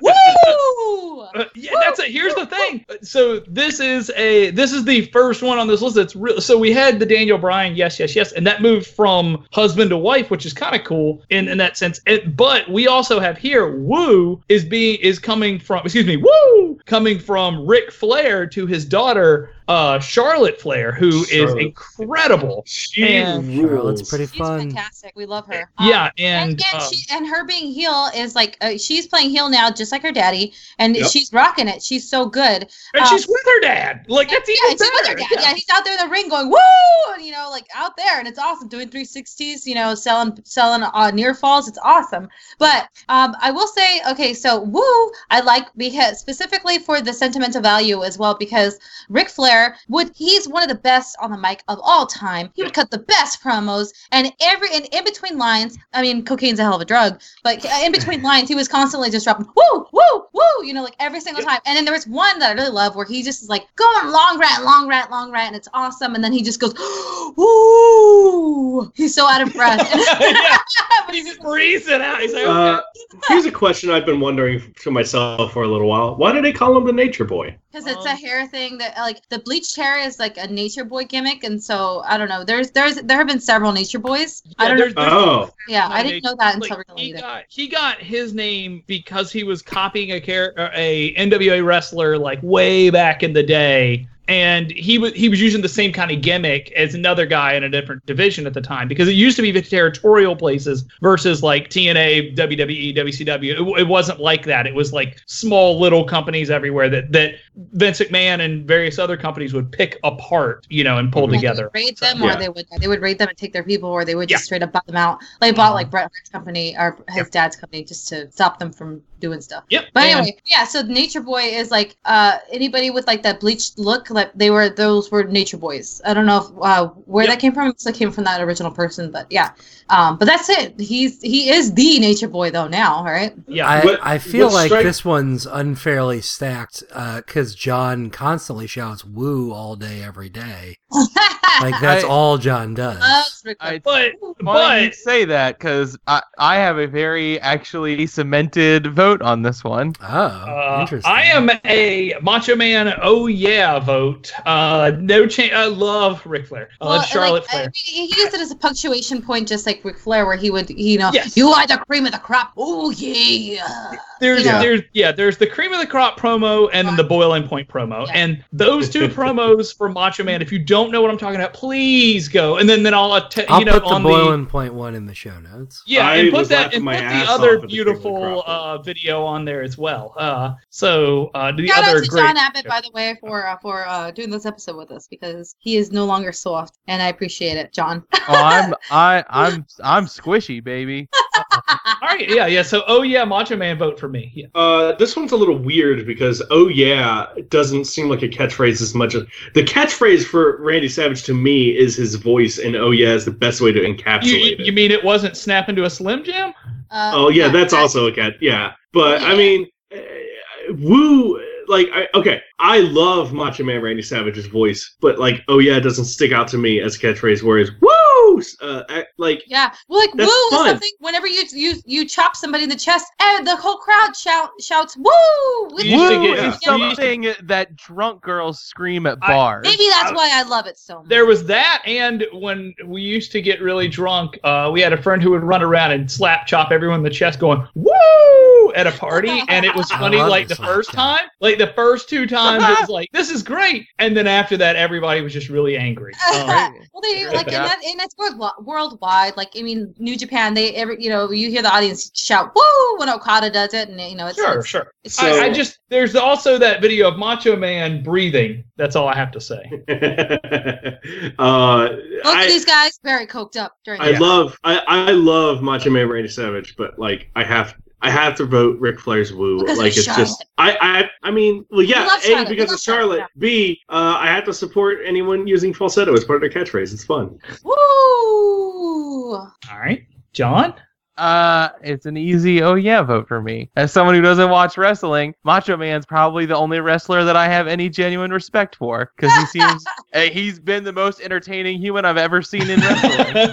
S3: Woo!
S1: Uh, yeah, that's it. Here's the thing. Uh, So this is a this is the first one on this list that's real. So we had the Daniel Bryan, yes, yes, yes, and that moved from husband to wife, which is kind of cool in in that sense. It, but we also have here Woo is being is coming from excuse me Woo coming from Ric Flair to his daughter uh Charlotte Flair, who is
S2: Charlotte.
S1: incredible.
S2: She
S1: And-
S5: Charlotte's
S2: rules.
S5: pretty
S3: She's
S5: fun.
S3: fantastic. We love her. Um,
S1: Yeah,
S3: And
S1: and
S3: again,
S1: uh,
S3: she and her being heel is like uh, she's playing heel now, just like her daddy, and
S2: Yep.
S3: she's rocking it. She's so good.
S1: and
S3: uh,
S1: she's with her dad. Like that's
S3: yeah,
S1: even
S3: and she's with her
S1: better.
S3: dad. Yeah. he's out there in the ring going woo, and, you know, like out there, and it's awesome doing 360s. You know, selling selling uh, near falls. It's awesome. But um, I will say, okay, so woo, I like because specifically for the sentimental value as well, because Ric Flair would he's one of the best on the mic of all time. He would cut the best promos, and every and in between lines, I mean, cocaine's a hell of a drug, but in between lines, he was constantly just dropping woo, woo, woo, you know, like every single time. And then there was one that I really love where he just is like going long rant, long rant, long rant, and it's awesome. And then he just goes woo, he's so out of breath.
S1: Yeah.
S3: But
S1: He
S3: he's just-
S1: just breathes it out. He's like,
S2: Uh, here's a question I've been wondering to myself for a little while. Why do they call him the Nature Boy?
S3: Because it's a
S1: Um,
S3: hair thing that like the bleached hair is like a nature boy gimmick, and so I don't know. There's there's there have been several nature boys. I
S1: Yeah,
S3: don't know.
S1: there's- there's-
S2: Oh,
S3: Yeah, I
S1: like,
S3: didn't know that until
S1: like,
S3: recently.
S1: he
S3: either.
S1: got he got his name because he was copying a char- uh, a NWA wrestler like way back in the day, and he was he was using the same kind of gimmick as another guy in a different division at the time because it used to be the territorial places versus like TNA, WWE, WCW. It, E, w- it wasn't like that. It was like small little companies everywhere that that Vince McMahon and various other companies would pick apart, you know, and pull
S3: Like,
S1: together.
S3: They would raid
S1: So-
S3: them,
S2: Yeah.
S3: or they would they would raid them and take their people, or they would
S1: Yeah.
S3: just straight up buy them out. Like bought like Bret Hart's company or his dad's company just to stop them from doing stuff.
S1: Yep.
S3: But
S1: and-
S3: anyway, yeah. So Nature Boy is like uh anybody with like that bleached look, like they were those were Nature Boys. I don't know if, uh, where
S1: Yep.
S3: that came from. It still came from that original person, but yeah. Um, but that's it. He's he is the Nature Boy though now. All right.
S1: yeah.
S5: I,
S2: What-
S5: I feel
S2: what
S5: like
S2: strike-
S5: this one's unfairly stacked because John constantly shouts "woo" all day, every day. Like that's
S4: I-
S5: all John does.
S3: Loves Ric Flair.
S4: I
S1: but
S4: Funny you
S1: but
S4: say that because I, I have a very actually cemented vote on this one.
S5: oh,
S1: Uh,
S5: interesting.
S1: I am a Macho Man. Oh yeah, vote. Uh, no change. I love Ric Flair. I
S3: Well,
S1: love Charlotte
S3: like, I
S1: Flair.
S3: mean, he used it as a punctuation point, just like Ric Flair, where he would, you know,
S1: Yes.
S3: you are the cream of the crop. Oh yeah.
S1: there's
S2: Yeah.
S1: there's yeah there's the cream of the crop promo and then the boiling point promo
S3: Yeah.
S1: and those two promos for Macho Man. If you don't know what I'm talking about, please go and then then I'll att-
S5: I'll
S1: you know
S5: put the
S1: on
S5: boiling point one in the show notes.
S1: Yeah,
S2: I
S1: and put
S2: was
S1: that
S2: laughing
S1: and
S2: my
S1: put the
S2: ass
S1: other
S2: off at the cream of the
S1: beautiful
S2: crop.
S1: uh, video on there as well. Uh, so uh, the
S3: Shout out
S1: other
S3: to
S1: great
S3: John Abbott, by the way, for uh, for uh, doing this episode with us because he is no longer soft, and I appreciate it, John.
S4: Oh, I'm I I'm I'm squishy, baby.
S1: all right, yeah, yeah. So oh yeah, Macho Man, vote for me. Yeah.
S2: Uh, this one's a little weird because "Oh yeah" doesn't seem like a catchphrase as much as the catchphrase for Randy Savage to me is his voice, and "Oh yeah" is the best way to encapsulate
S1: You, you-
S2: it.
S1: you mean it wasn't snap into a Slim Jim?
S3: Uh,
S2: oh yeah, that's also a cat. Yeah, but I mean, uh, woo. Like I, okay, I love Macho Man Randy Savage's voice, but like, oh yeah, it doesn't stick out to me as a catchphrase. Whereas woo, uh, I- like
S3: Yeah, well, like
S2: That's
S3: woo
S2: fun.
S3: is something. Whenever you you you chop somebody in the chest, and the whole crowd shout shouts woo. with
S1: You
S4: Woo
S1: used to
S3: you.
S1: get-
S4: is
S1: you used to-
S4: something that drunk girls scream at
S1: I-
S4: bars.
S3: Maybe that's why I love it so much.
S1: there was that and when we used to get really drunk uh, we had a friend who would run around and slap chop everyone in the chest going woo at a party and it was
S5: I
S1: funny
S5: love
S1: like
S5: the
S1: the
S5: slap
S1: first
S5: chop.
S1: time like the first two times it was like this is great and then after that everybody was just really angry um,
S3: Well, they
S4: Yeah.
S3: like and, that, and that's world, worldwide. Like I mean, New Japan, they every you know you hear the audience shout "woo" when Okada does it, and you know it's
S1: Um, sure
S3: it's,
S1: sure
S3: it's
S2: So-
S1: I, I just there's also that video of macho man breathing that's all i have to say
S2: uh,
S3: both of
S2: I,
S3: these guys very coked up during.
S2: I
S3: this.
S2: love I, I love Macho Man Randy Savage, but like I have I have to vote Ric Flair's woo.
S3: Because
S2: like
S3: it's
S2: it's just I I I mean well yeah
S3: We love
S2: a
S3: Charlotte. We
S2: because
S3: love
S2: of Charlotte
S3: Charlotte,
S2: B uh, I have to support anyone using falsetto as part of their catchphrase. It's fun.
S3: Woo!
S1: all right john
S4: Uh, it's an easy oh yeah vote for me. As someone who doesn't watch wrestling, Macho Man's probably the only wrestler that I have any genuine respect for because he seems eh, he's been the most entertaining human I've ever seen in wrestling.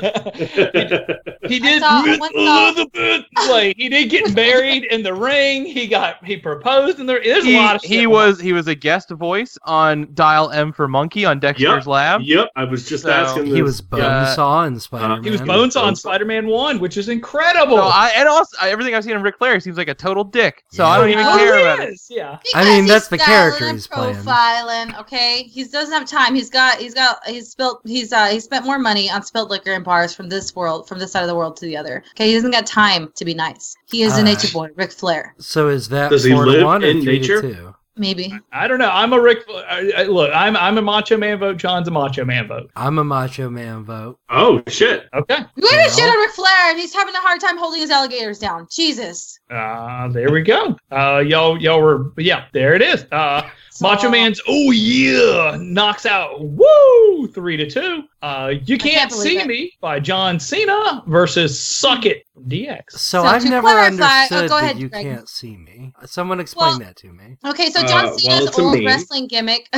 S1: he did
S3: saw-
S1: get
S3: what's up?
S1: Elizabeth. Like he did get married in the ring. He got he proposed in the. There's
S4: he,
S1: a lot of.
S4: he
S1: shit.
S4: was he was a guest voice on Dial M for Monkey on Dexter's
S2: Yep.
S4: Lab.
S2: yep, I was just
S4: So,
S2: asking.
S5: He
S2: this.
S5: was
S4: Yeah.
S5: Bonesaw in Spider-Man.
S1: He was Bones on Spider-Man One, which is incredible.
S4: So I, and also I- everything I've seen of Ric Flair he seems like a total dick. So I don't even
S3: Yeah.
S4: care
S1: He
S4: about it.
S1: is, Yeah.
S5: I mean,
S3: Because he's
S5: that's the
S3: styling
S5: character
S3: and
S5: he's playing.
S3: Profiling, okay. He doesn't have time. He's got, he's got, he's spilt, he's uh, he spent more money on spilled liquor and bars from this world, from this side of the world to the other. Okay, he hasn't got time to be nice. He is a
S5: Uh,
S3: nature boy, Ric Flair.
S5: So is that
S2: Does he
S5: four to
S2: live
S5: one or
S2: in
S5: three
S2: nature?
S5: to two?
S3: Maybe.
S1: I don't know. I'm a Rick. I, I- look, I'm I'm a Macho Man vote. John's a Macho Man vote.
S5: I'm a Macho Man vote.
S2: Oh shit!
S1: Okay.
S3: We're gonna
S5: Yeah.
S3: shit on Ric Flair, and he's having a hard time holding his alligators down. Jesus.
S1: Uh, there we go. Uh, y'all y'all were yeah. There it is. Uh, Macho
S3: So-
S1: Man's oh yeah knocks out woo three to two. Uh, you
S3: can't
S1: can't,
S3: believe
S1: see
S3: it.
S1: me by John Cena versus Suck It DX.
S5: So,
S3: So
S5: I've
S3: to
S5: never
S3: clarify- oh,
S5: understood
S3: go
S5: that
S3: ahead,
S5: you
S3: Greg.
S5: can't see me. Someone explain
S3: Well-
S5: that to me.
S3: Okay, so
S2: Uh,
S3: John
S2: well,
S3: Cena's
S2: it's a
S3: old
S2: meme.
S3: wrestling gimmick,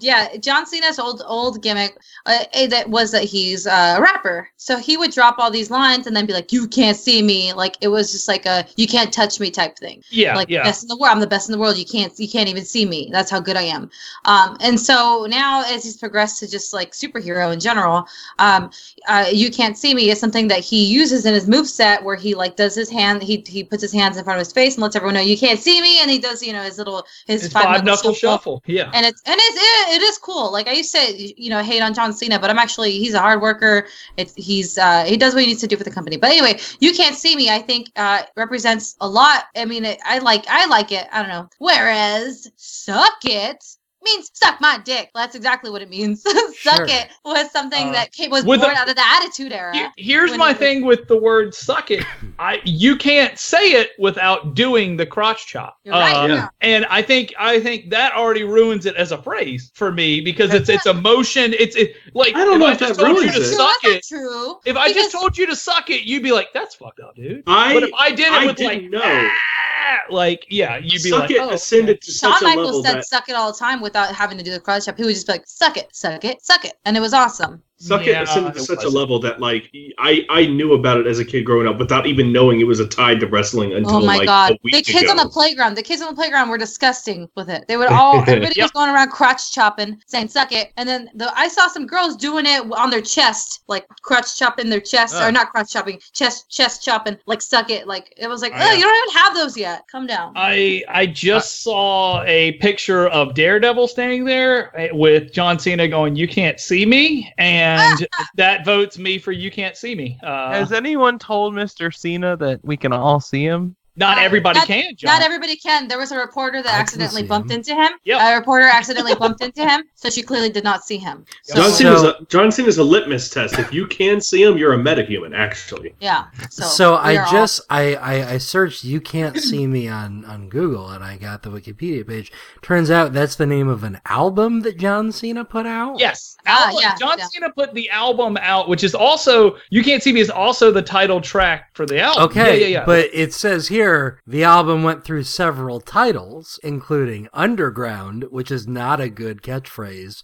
S3: yeah, John Cena's old old gimmick uh, eh, that was that he's uh, a rapper. So he would drop all these lines and then be like, "You can't see me," like it was just like a "you can't touch me" type thing.
S1: Yeah,
S3: like
S1: yeah.
S3: best in the world, I'm the best in the world. You can't you can't even see me. That's how good I am. Um, and so now as he's progressed to just like superhero in general, um, uh, you can't see me is something that he uses in his moveset where he like does his hand he he puts his hands in front of his face and lets everyone know you can't see me and he does you know his little his,
S1: It's five knuckle shuffle. Yeah.
S3: and it's and it's it, it is cool. Like I used to, you know, hate on John Cena, but I'm actually he's a hard worker. It's he's uh, he does what he needs to do for the company. But anyway, you can't see me. I think uh, represents a lot. I mean, it, I like I like it. I don't know. Whereas suck it means suck my dick. That's exactly what it means. suck
S5: Sure.
S3: it was something
S1: Uh,
S3: that came, was born
S1: with a-
S3: out of the Attitude Era.
S1: Here- Here's
S3: when
S1: my
S3: you-
S1: thing with the word "suck it." I you can't say it without doing the crotch chop.
S3: You're right.
S1: Uh,
S2: yeah.
S1: And I think I think that already ruins it as a phrase for me because it's it's a motion. It's it like
S2: I don't know
S1: I
S2: if
S1: just
S2: that
S1: told you
S2: ruins
S1: to
S2: it.
S3: True,
S1: suck
S3: that's not
S1: it.
S3: True.
S1: If I just
S3: because-
S1: told you to suck it, you'd be like, "That's fucked up, dude."
S2: I
S1: but if I did it
S2: I
S1: with like,
S2: didn't know.
S1: "Ah," like yeah, you'd be
S2: Suck
S1: like,
S2: it
S1: "Oh,
S2: ascended to
S3: Shawn
S2: such a
S3: Michaels
S2: level
S3: said
S2: that
S3: "suck it" all the time without having to do the crotch chop. He would just be like, "suck it, suck it, suck it," and it was awesome.
S2: suck
S1: Yeah,
S2: it ascended to
S1: it
S2: such
S1: wasn't.
S2: a level that like I I knew about it as a kid growing up without even knowing it was a tie to wrestling until
S3: Oh my
S2: like
S3: god!
S2: a week
S3: The kids
S2: ago.
S3: on the playground, the kids on the playground were disgusting with it. They would all everybody was
S1: Yep.
S3: going around crotch chopping, saying "suck it," and then the, I saw some girls doing it on their chest, like crotch chopping their chest, or
S4: Ugh.
S3: not crotch chopping, chest chest chopping, like "suck it." Like it was like,
S1: Oh,
S3: oh,
S1: yeah.
S3: you don't even have those yet. Come down.
S1: I I just saw a picture of Daredevil standing there eh, with John Cena going, "You can't see me," and that votes me for "You can't see me." Uh,
S4: Has anyone told Mr. Cena that we can all see him?
S1: not everybody
S3: Not-
S1: can, John.
S3: Not everybody can. There was a reporter that
S5: I can
S3: accidentally
S5: see
S3: bumped
S5: him.
S3: into him.
S1: Yep.
S3: A reporter accidentally bumped into him, so she clearly did not see him. So,
S2: John
S5: So-
S2: Cena's a, John Cena's a litmus test. If you can see him, you're a metahuman. Actually,
S3: yeah. So,
S5: So,
S3: we are
S5: I
S3: all-
S5: just I, I I searched "You Can't See Me" on on Google, and I got the Wikipedia page. Turns out that's the name of an album that John Cena put out.
S1: Yes,
S3: Ah,
S1: Album-
S3: yeah,
S1: John
S3: yeah.
S1: Cena put the album out, which is also "You Can't See Me" is also the title track for the album.
S5: Okay,
S1: Oh, yeah, yeah, yeah.
S5: but it says here the album went through several titles, including Underground, which is not a good catchphrase,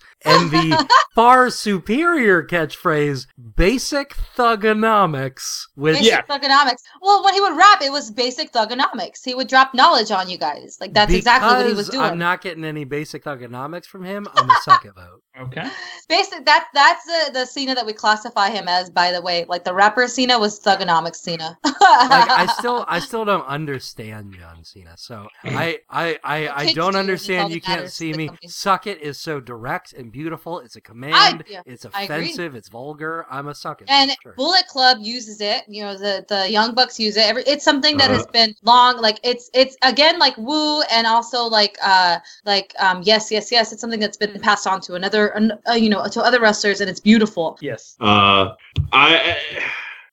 S5: and the far superior catchphrase Basic Thugonomics, which
S1: Yeah.
S3: Basic thugonomics. Well, when he would rap, it was basic thugonomics. He would drop knowledge on you guys. Like that's exactly what he was
S5: because
S3: doing.
S5: I'm not getting any Basic Thugonomics from him. I'm a suck it vote.
S1: okay,
S3: Basic that that's the the Cena that we classify him as. By the way, like the rapper Cena was thugonomics Cena.
S5: like I still I still don't understand John Cena. So I I I, I
S3: kids do,
S5: don't
S3: that's all
S5: understand
S3: that
S5: you can't
S3: matters to
S5: see
S3: the
S5: me.
S3: company.
S5: Suck it is so direct and beautiful. It's a command.
S3: yeah,
S5: it's
S3: I agree.
S5: offensive. It's vulgar. I'm a suck it.
S3: and
S5: Sure.
S3: Bullet Club uses it. You know, the the Young Bucks use it. Every, it's something that has
S2: Uh-huh.
S3: been long. Like it's it's again like woo, and also like uh like um yes yes yes. It's something that's been passed on to another an- uh, you know to other wrestlers, and it's beautiful.
S1: yes.
S2: uh, I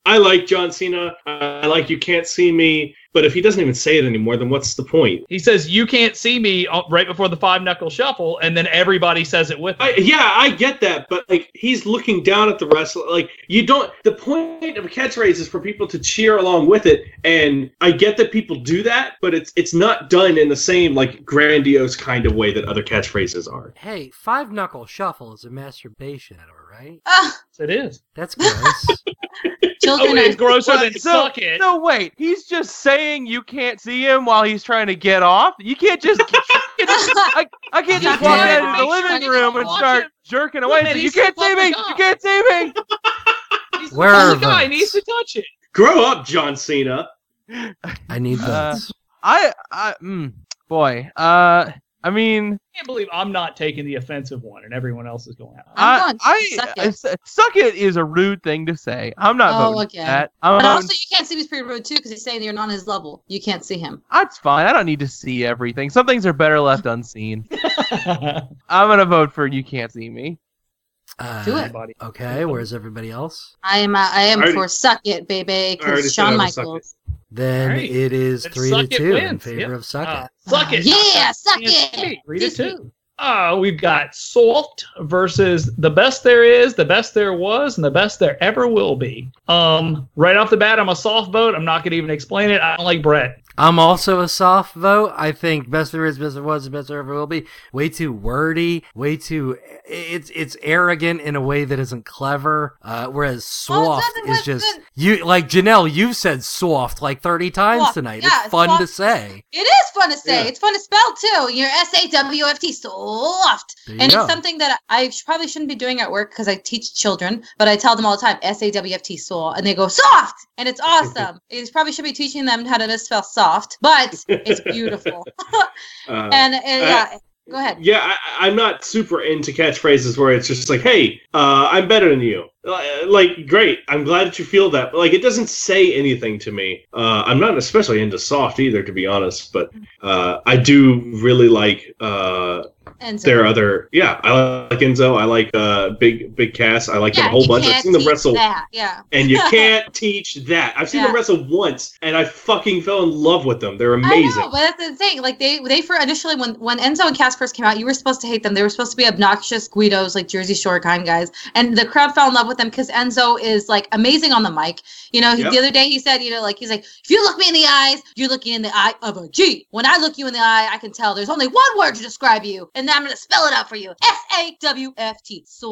S2: I like John Cena. I like you can't see me. But if he doesn't even say it anymore, then what's the point?
S1: He says, "You can't see me" uh, right before the five knuckle shuffle, and then everybody says it with him.
S2: I, yeah, I get that, but like he's looking down at the wrestler. Like you don't. The point of a catchphrase is for people to cheer along with it, and I get that people do that, but it's it's not done in the same like grandiose kind of way that other catchphrases are.
S5: Hey, five knuckle shuffle is a masturbation, all right?
S3: Ah,
S1: It is.
S5: That's gross.
S1: Oh,
S3: children
S1: it's
S3: are
S1: grosser
S4: What?
S1: than
S4: So-
S1: suck it.
S4: No, wait. He's just saying you can't see him while he's trying to get off. You can't just. I, I can't just walk
S3: Yeah,
S4: out of the
S3: right.
S4: living room and
S1: Watch
S4: start
S1: him.
S4: jerking away.
S1: Look at
S4: and say,
S1: it,
S4: you
S1: he's
S4: can't see
S1: fucking
S4: me.
S1: up.
S4: You can't see me.
S1: He's the
S5: Where
S1: only
S5: are
S1: guy
S5: votes?
S1: needs to touch it.
S2: Grow up, John Cena.
S5: I need
S4: Uh,
S5: votes.
S4: I. I. Mm, boy. Uh. I mean,
S1: I can't believe I'm not taking the offensive one, and everyone else is going out.
S4: I,
S3: going
S4: I,
S3: suck
S4: I-
S3: it.
S4: su- suck it is a rude thing to say. I'm not
S3: Oh,
S4: voting for
S3: again.
S4: that. I'm
S3: But
S2: Um,
S4: not-
S3: also, you can't see him. He's pretty rude too because he's saying you're not on his level. You can't see him.
S4: that's fine. I don't need to see everything. Some things are better left unseen. I'm gonna vote for you can't see me.
S5: Uh,
S3: do it.
S1: Everybody.
S5: Okay, where's everybody else?
S3: I am. Uh, I am
S2: Alrighty.
S3: for suck it, baby.
S2: I already
S3: Because
S2: said I
S3: Shawn
S2: would suck
S3: Michaels.
S5: Then
S1: Alright.
S5: it is
S1: Then
S5: three
S1: suck
S5: to
S1: it
S5: two in
S1: wins,
S5: favor
S1: yep.
S5: of Suck
S1: Uh,
S5: It.
S1: suck it.
S3: Yeah, suck
S1: Can't
S3: it.
S1: see. Read it
S3: Excuse me.
S1: too. Oh, we've got Salt versus the best there is, the best there was, and the best there ever will be. Um, right off the bat, I'm a soft vote. I'm not gonna even explain it. I don't like Brett.
S5: I'm also a soft vote. I think best there is, best there was, best there ever will be. Way too wordy. Way too. It's it's arrogant in a way that isn't clever. Uh, whereas
S3: Well, it's
S5: soft
S3: nothing
S5: is
S3: but
S5: just
S3: good-
S5: you. Like Janelle, you've said soft like 30 times
S3: Soft,
S5: tonight.
S3: yeah,
S5: it's fun
S3: soft.
S5: to say.
S3: It is fun to say.
S2: Yeah.
S3: It's fun to spell too. Your S A W F T soft.
S5: There you
S3: And
S5: go.
S3: it's something that I sh- probably shouldn't be doing at work because I teach children, but I tell them all the time S A W F T soul, and they go soft, and it's awesome. you probably should be teaching them how to just spell soft, but it's beautiful.
S2: Uh,
S3: and uh, yeah, go ahead.
S2: Yeah, I, I- I'm not super into catchphrases where it's just like, "Hey, uh, I'm better than you." Li- Like, great. I'm glad that you feel that. But, like, it doesn't say anything to me. Uh, I'm not especially into soft either, to be honest. But uh, I do really like uh,
S3: And so-
S2: their other. Yeah, I like Enzo. I like uh, Big Big Cass. I like
S3: yeah,
S2: them a whole
S3: you
S2: bunch. I've
S3: can't
S2: seen them
S3: teach
S2: wrestle,
S3: That. Yeah.
S2: and you can't teach that. I've seen them
S3: Yeah.
S2: wrestle once, and I fucking fell in love with them. They're
S3: I
S2: amazing.
S3: know, but that's the thing. Like they, they for initially when when Enzo and Cass first came out, you were supposed to hate them. They were supposed to be obnoxious Guidos, like Jersey Shore kind guys, and the crowd fell in love with them because Enzo is like amazing on the mic. You know, he-
S2: Yep.
S3: the other day he said, you know, like he's like, if you look me in the eyes, you're looking in the eye of a G. When I look you in the eye, I can tell there's only one word to describe you, and I'm gonna spell it out for you: S A W F T. So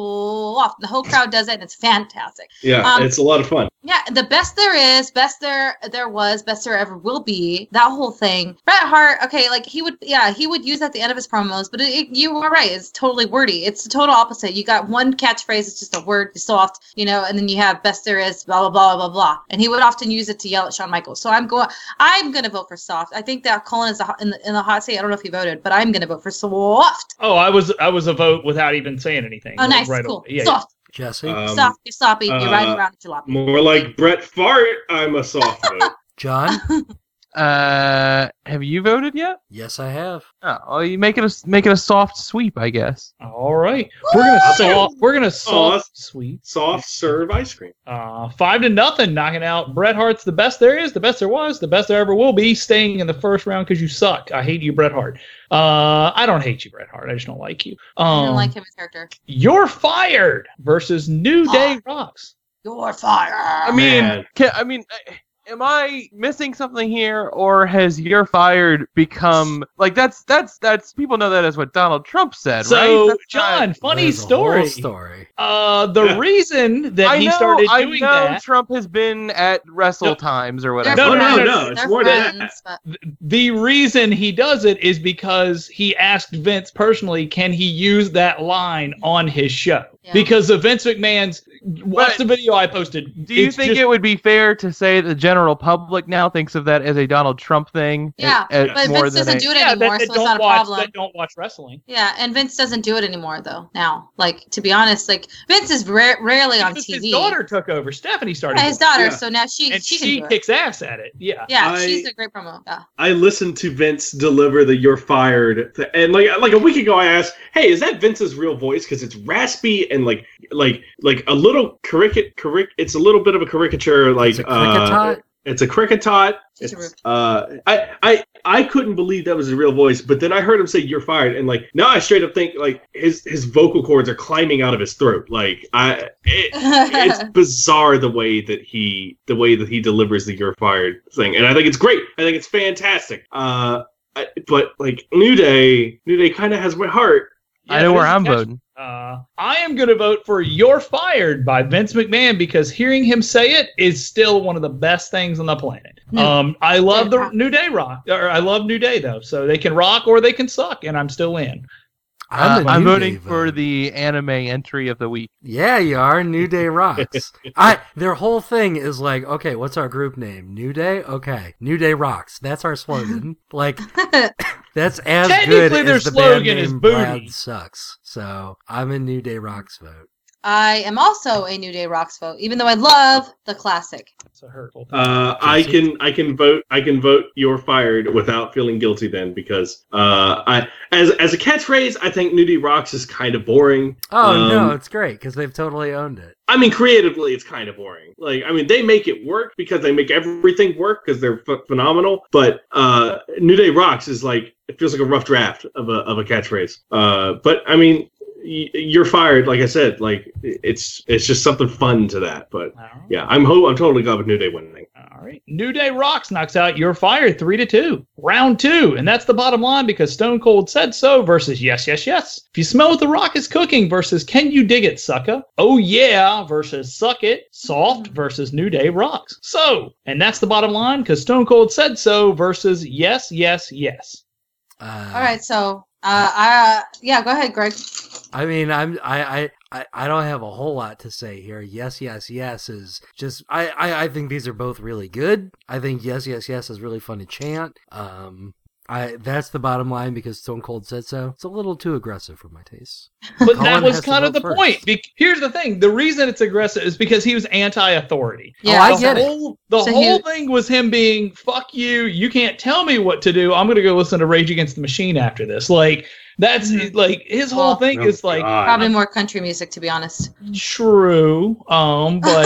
S3: often the whole crowd does it, and it's fantastic.
S2: yeah,
S3: um,
S2: it's a lot of fun.
S3: Yeah, the best there is, best there there was, best there ever will be. That whole thing. Bret Hart, okay, like he would, yeah, he would use at the end of his promos, but it, it- you were right. It's totally wordy. It's the total opposite. You got one catchphrase, it's just a word, it's soft, you know, and then you have best there is, blah blah blah blah blah. And he would often use it to yell at Shawn Michaels. So I'm going, I'm gonna vote for soft. I think that Colin is the ho- in the, in the hot seat. I don't know if he voted, but I'm gonna vote for soft.
S1: Oh, I was I was a vote without even saying anything.
S3: Oh, nice,
S1: Right
S3: cool,
S1: away. Yeah,
S3: soft,
S5: Jesse,
S2: Um,
S3: soft. You're sloppy.
S2: uh,
S3: you're riding around at jalopy.
S2: More like Brett Fart. I'm a soft vote.
S5: John.
S4: Uh, have you voted yet?
S5: Yes, I have.
S4: Oh, well, you make it a make it a soft sweep, I guess.
S1: All right, we're gonna
S2: Woo!
S1: salt. We're gonna salt
S2: that's-
S1: sweet.
S2: Soft serve ice cream.
S1: Uh, five to nothing, knocking out Bret Hart's the best there is, the best there was, the best there ever will be, staying in the first round because you suck. I hate you, Bret Hart. Uh, I don't hate you, Bret Hart. I just don't like you.
S3: I
S1: Um,
S3: didn't like him as character.
S1: You're fired versus New Day Rocks.
S3: You're fired.
S4: I mean,
S2: Man.
S4: ca I mean, I- am I missing something here, or has "you're fired" become like that's that's that's people know that as what Donald Trump said,
S1: So,
S4: right? That's not-
S1: John, funny
S5: There's a whole
S1: story.
S5: story.
S1: Uh, the
S2: Yeah.
S1: reason that
S4: I
S1: he
S4: know,
S1: started
S4: I
S1: doing
S4: know
S1: that.
S4: Trump has been at Wrestle
S1: No.
S4: Times or whatever.
S3: They're
S2: No, no,
S3: friends.
S2: no, it's
S3: They're
S2: more than
S3: friends, but
S1: the reason he does it is because he asked Vince personally, can he use that line on his show?
S3: Yeah.
S1: Because of Vince McMahon's watch
S4: But-
S1: the video I posted.
S4: Do you
S1: It's
S4: think
S1: just-
S4: it would be fair to say the general public now thinks of that as a Donald Trump thing?
S3: Yeah,
S4: a- a-
S3: but
S4: more
S3: Vince
S4: than
S3: doesn't
S4: a-
S3: do it
S1: Yeah, that-
S3: anymore,
S1: that
S3: so it's not a
S1: watch,
S3: problem.
S1: That don't watch wrestling.
S3: Yeah, and Vince doesn't do it anymore though. Now, like to be honest, like Vince is ra- rarely on
S1: Because
S3: TV.
S1: His daughter took over. Stephanie started.
S3: Yeah, his
S1: doing
S3: daughter.
S2: Yeah.
S3: So now she
S1: it, and
S3: she,
S1: she,
S3: can do it.
S1: kicks ass at it. Yeah.
S3: Yeah,
S2: I-
S3: she's a great promo. Yeah.
S2: I listened to Vince deliver the "You're fired," th- and like like a week ago, I asked, "Hey, is that Vince's real voice? Because it's raspy and like like like a little cricket caric. It's a little bit of a caricature, like
S5: Is it cricket
S2: uh,
S5: tot?
S2: It's a cricket tot.
S3: Just a
S2: It's,
S3: rip-
S2: uh, I, I, I couldn't believe that was his real voice, but then I heard him say "You're fired," and like now I straight up think like his his vocal cords are climbing out of his throat. Like I, it, it's bizarre the way that he the way that he delivers the "You're fired" thing, and I think it's great. I think it's fantastic. Uh, I, but like New Day, New Day kind of has my heart.
S4: I know where
S1: this is
S4: I'm
S1: catch-
S4: voting.
S1: Uh, I am going to vote for You're Fired by Vince McMahon because hearing him say it is still one of the best things on the planet.
S3: Hmm.
S1: Um, I love
S3: Yeah.
S1: the New Day rock, or I love New Day though, so they can rock or they can suck, and I'm still in.
S4: Uh,
S5: a
S4: I'm
S5: New
S4: voting
S5: Day
S4: for
S5: vote.
S4: the anime entry of the week.
S5: Yeah, you are New Day rocks. I their whole thing is like, okay, what's our group name? New Day. Okay, New Day rocks. That's our slogan. like that's as good
S1: Technically,
S5: as
S1: their
S5: the band
S1: slogan
S5: name
S1: is booty.
S5: Brad sucks. So I'm a New Day rocks vote.
S3: I am also a New Day Rocks vote, even though I love the classic.
S1: It's a hurtful.
S2: Uh, I can I can vote I can vote you're fired without feeling guilty then because uh, I as as a catchphrase I think Nudie Rocks is kind of boring.
S5: Oh no,
S2: Um,
S5: it's great because they've totally owned it.
S2: I mean creatively it's kind of boring. Like I mean they make it work because they make everything work because they're ph phenomenal. But uh, New Day Rocks is like it feels like a rough draft of a of a catchphrase. Uh, but I mean y- you're fired like I said like it's it's just something fun to that. But
S1: All right.
S2: yeah I'm ho- I'm totally glad with New Day winning.
S1: All right. New Day Rocks knocks out You're Fired three to two. Round two. And that's the bottom line because Stone Cold said so versus Yes, Yes, Yes. If you smell what the rock is cooking versus Can You Dig It, Sucker? Oh yeah versus Suck It. Soft versus New Day Rocks. So, and that's the bottom line because Stone Cold said so versus Yes, Yes, Yes.
S5: Uh,
S3: All right, so uh, I, yeah, go ahead, Greg.
S5: I mean, I'm I, I- I I don't have a whole lot to say here. Yes, yes, yes is just I, I I think these are both really good. I think yes, yes, yes is really fun to chant. Um, I that's the bottom line because Stone Cold said so. It's a little too aggressive for my taste.
S1: But
S5: Colin
S1: that was
S5: has to
S1: kind of
S5: vote
S1: the
S5: first.
S1: point. Be- Here's the thing the reason it's aggressive is because he was anti authority.
S5: oh, I
S1: the
S5: get it.
S1: whole, The
S3: So
S1: whole
S3: he-
S1: thing was him being "fuck you." You can't tell me what to do. I'm gonna go listen to Rage Against the Machine after this. Like that's like his whole
S3: Well-
S2: Oh
S1: thing is like
S3: Probably more country music, to be honest.
S1: true. Um, but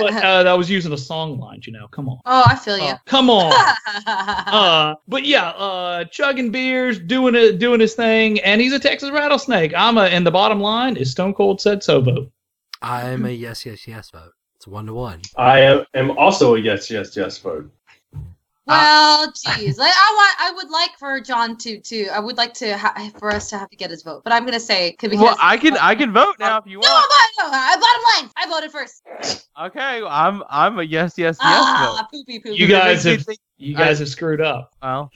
S1: but uh, that was using a song line. You know, come on,
S3: oh, I feel you.
S1: Uh, come on.
S3: oh,
S1: Uh, but yeah, uh, chugging beers, doing it, doing his thing, and he's a Texas rattlesnake. I'm a, and the bottom line is Stone Cold said so vote.
S4: Mm-hmm.
S5: I'm a yes, yes, yes vote. It's one to one.
S2: I am- am also a yes, yes, yes vote.
S3: well, geez, like, I want, I would like for John to, to, I would like to, ha- for us to have to get his vote, but I'm gonna say could because
S4: Well, I can I can vote now if you
S3: no,
S4: want.
S3: I, no, I, bottom line, I voted first.
S4: Okay, well, I'm I'm a yes yes yes vote.
S3: ah, poopy poopy.
S1: You
S4: Because
S1: guys
S4: they
S1: have-
S4: think-
S1: You guys have screwed up.
S4: well.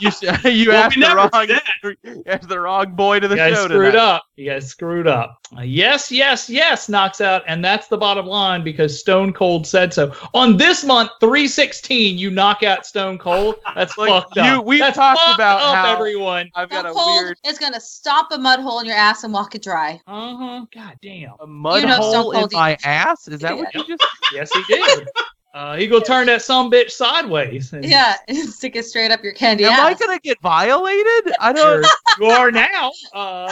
S4: You sh- you
S2: Well,
S4: asked
S2: we
S4: the
S2: never
S4: wrong
S2: said.
S4: you asked the wrong boy to the
S1: you guys
S4: show
S1: screwed
S4: tonight.
S1: up. You guys screwed up. Uh, yes, yes, yes, knocks out, and that's the bottom line because Stone Cold said so. On this month, three sixteen, you knock out Stone Cold. That's
S4: Like,
S1: fucked
S4: you-
S1: up.
S4: we've
S1: That's
S4: talked
S1: fucked
S4: about
S1: up,
S4: how-
S1: everyone.
S4: I've got
S3: Stone
S4: a
S3: Cold
S4: weird
S3: is gonna stomp a mud hole in your ass and walk it dry.
S1: Uh huh. God damn.
S4: a mud
S3: You know Stone
S4: hole in
S3: Cold-
S4: my ass. Is that what you just?
S1: Yes, he did. Uh, he gonna turn that some bitch sideways. and-
S3: Yeah, stick it straight up your candy
S4: Am I
S3: ass.
S4: gonna get violated? I
S1: Sure,
S4: don't.
S1: you are now. Uh,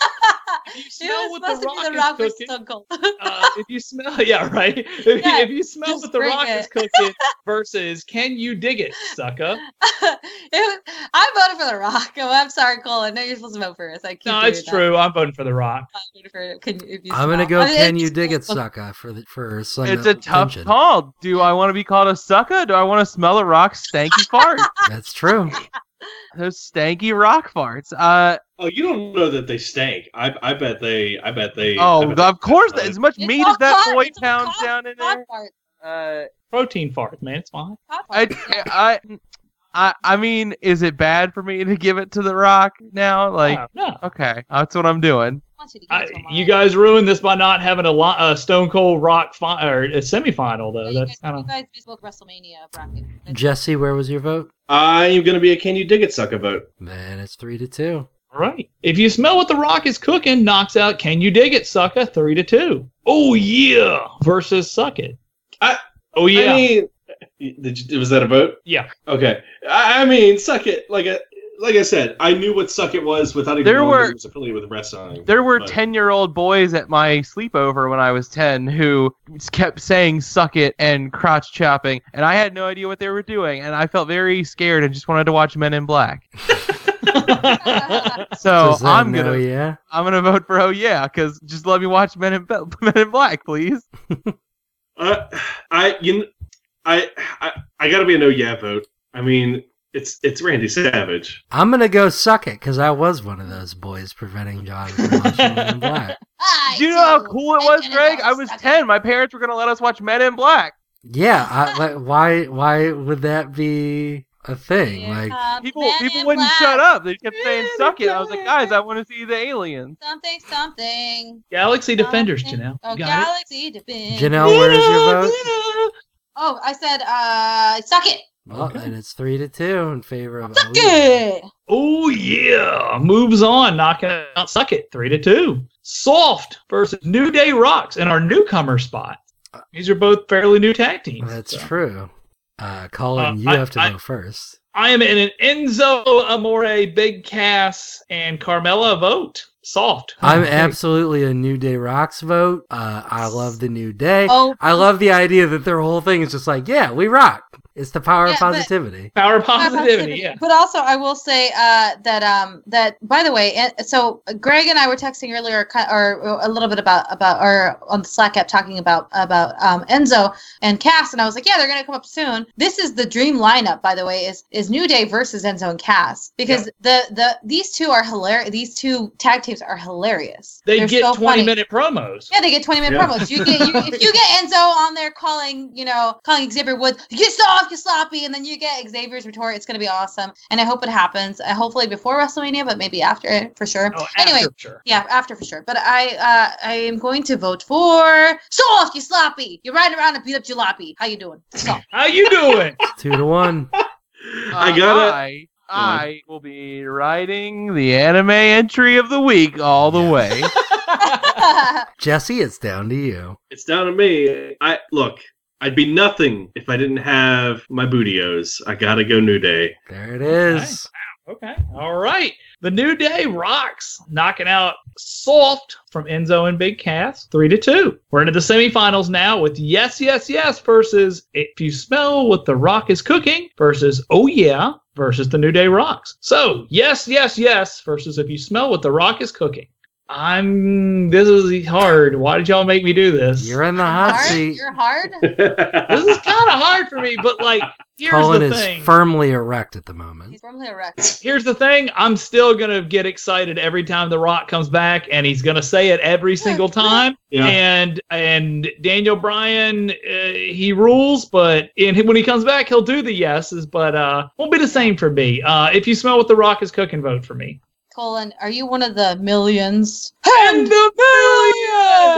S1: if you
S3: It
S1: smell what
S3: was
S1: the
S3: supposed to
S1: rock,
S3: be the
S1: is
S3: rock
S1: cooking,
S3: versus Stone Cold.
S1: uh, if you smell, yeah, right. If,
S3: Yeah,
S1: you, if you smell
S3: just
S1: what the
S3: bring
S1: rock
S3: it.
S1: is cooking versus can you dig it, sucker?
S3: It was- I voted for The Rock. Oh, I'm sorry, Cole. I know you're supposed to vote first. I keep
S1: No,
S3: doing
S1: it's
S3: that.
S1: true. I'm voting for The Rock.
S3: I voted for- can you- if you
S5: I'm
S3: smile.
S5: gonna go.
S3: I mean,
S5: Can
S3: it's-
S5: you dig it, sucker? For the for some
S4: It's a tough
S5: attention.
S4: call. Do I want to be called a sucker? Do I want to smell a rock stanky fart?
S5: That's true.
S4: Those stanky rock farts. Uh
S2: Oh, you don't know that they stank. I, I bet they. I bet they. I
S4: oh,
S2: bet
S4: of course.
S2: uh,
S4: As much
S3: It's
S4: meat
S3: all
S4: as that
S3: cod-
S4: boy
S3: it's all
S4: pounds
S3: cod-
S4: down in
S3: Hot
S4: there.
S3: part,
S4: Uh,
S1: Protein fart, man. It's fine.
S3: hot
S4: I,
S3: part.
S4: I, I, I mean, is it bad for me to give it to the rock now? Like,
S1: Yeah, no.
S4: okay, that's what I'm doing.
S3: I want you to give
S1: I,
S3: it to him,
S1: you
S3: Mom.
S1: guys ruined this by not having a, lo- a Stone Cold Rock fi- or a semifinal though.
S3: you
S1: That's
S3: guys,
S1: kind
S3: you
S1: of
S3: guys just booked WrestleMania bracket. That's-
S5: Jesse, where was your vote?
S2: I'm gonna be a can you dig it sucker vote.
S5: Man, it's three to two.
S1: right. If you smell what the Rock is cooking, knocks out. Can you dig it, sucker? Three to two. Oh yeah, versus suck it.
S2: I-
S1: oh yeah,
S2: I mean, did you, was that a vote?
S1: yeah.
S2: Okay. I, I mean, suck it. Like a like I said, I knew what suck it was without even
S4: There
S2: knowing
S4: were-
S2: that it was affiliated with wrestling.
S4: There were
S2: But-
S4: 10 year old boys at my sleepover when I was 10 who kept saying suck it and crotch chopping, and I had no idea what they were doing, and I felt very scared and just wanted to watch Men in Black. So
S5: Does that
S4: Oh, I'm
S5: know,
S4: gonna
S5: Yeah.
S4: I'm gonna vote for oh yeah, cause just let me watch Men in Be- Men in Black, please.
S2: Uh, I you, kn- I, I I gotta be a no yeah vote. I mean, it's it's Randy Savage.
S5: I'm gonna go suck it because I was one of those boys preventing John from watching Men in Black.
S3: I
S4: Do you know how
S3: do.
S4: cool it
S3: I
S4: was,
S3: didn't
S4: Greg?
S3: know
S4: I was
S3: suck it.
S4: 10. My parents were gonna let us watch Men in Black.
S5: Yeah, I, like, why? Why would that be a thing? Like,
S3: Uh,
S4: People
S3: Men
S4: people
S3: in
S4: wouldn't
S3: Black.
S4: shut up. They kept saying
S1: Men in
S4: suck it. I was like,
S1: Black.
S4: guys, I want to see the aliens.
S3: Something, something.
S1: Galaxy Defenders,
S3: something.
S1: Janelle.
S3: Oh,
S1: You got it?
S3: Galaxy Defenders.
S5: Janelle, where is your vote?
S3: Oh, I said, uh, suck it.
S5: Well, and it's three to two in favor of.
S3: Suck
S5: Elise.
S3: it.
S1: Oh yeah, moves on, knocking out Suck It three to two. Soft versus New Day Rocks in our newcomer spot. These are both fairly new tag teams.
S5: That's
S1: So.
S5: true. Uh, Colin,
S1: Uh,
S5: you
S1: I-
S5: have to
S1: I-
S5: go first.
S1: I am in an Enzo Amore, Big Cass, and Carmella vote. Soft.
S5: I'm
S1: Okay.
S5: absolutely a New Day Rocks vote. Uh, I love the New Day.
S3: Oh,
S5: I love the idea that their whole thing is just like, yeah, we rock. It's the power of
S3: Yeah, but-
S5: positivity.
S1: power of
S3: Not
S1: positivity.
S3: positivity.
S1: Yeah.
S3: But also, I will say uh, that um, that by the way, and- so Greg and I were texting earlier, ki- or uh, a little bit about about or on the Slack app talking about about um, Enzo and Cass, and I was like, yeah, they're gonna come up soon. This is the dream lineup, by the way, is is New Day versus Enzo and Cass because the the these two are hilarious. These two tag teams are hilarious.
S1: They
S3: They're
S1: get
S3: so
S1: 20
S3: funny.
S1: minute promos.
S3: Yeah, they get 20 minute
S2: Yeah.
S3: promos. You get you, if you get Enzo on there calling, you know, calling Xavier Woods, you soft, you sloppy, and then you get Xavier's retort. It's gonna be awesome, and I hope it happens. Uh, hopefully before WrestleMania, but maybe after it for sure.
S1: Oh,
S3: anyway,
S1: after, sure.
S3: yeah, after for sure. But I uh, I am going to vote for soft, you sloppy. You're riding around a beat up jalopy. How you doing? So,
S1: How you doing?
S5: Two to one.
S2: I
S4: Uh,
S2: gotta.
S4: I, I will be writing the anime entry of the week all the way.
S5: Jesse, it's down to you.
S2: It's down to me. I look. I'd be nothing if I didn't have my bootios. I gotta go New Day.
S5: There it is.
S1: okay. All right. The New Day rocks, knocking out Soft from Enzo and Big Cass, three to two. We're into the semifinals now with Yes, Yes, Yes versus If You Smell What the Rock Is Cooking versus Oh Yeah versus the New Day rocks. So Yes, Yes, Yes versus If You Smell What the Rock Is Cooking. I'm. This is hard. Why did y'all make me do this?
S5: You're in the hot
S3: hard?
S5: seat.
S3: You're hard.
S1: this is kind of hard for me, but like, here's
S5: Colin
S1: the
S5: is
S1: thing.
S5: firmly erect at the moment.
S3: He's formerly a wreck.
S1: here's the thing. I'm still gonna get excited every time The Rock comes back, and he's gonna say it every single time.
S2: yeah.
S1: And and Daniel Bryan, uh, he rules, but and when he comes back, he'll do the yeses, but uh, won't be the same for me. Uh, if you smell what The Rock is cooking, vote for me.
S3: Colin, are you one of the millions?
S1: And the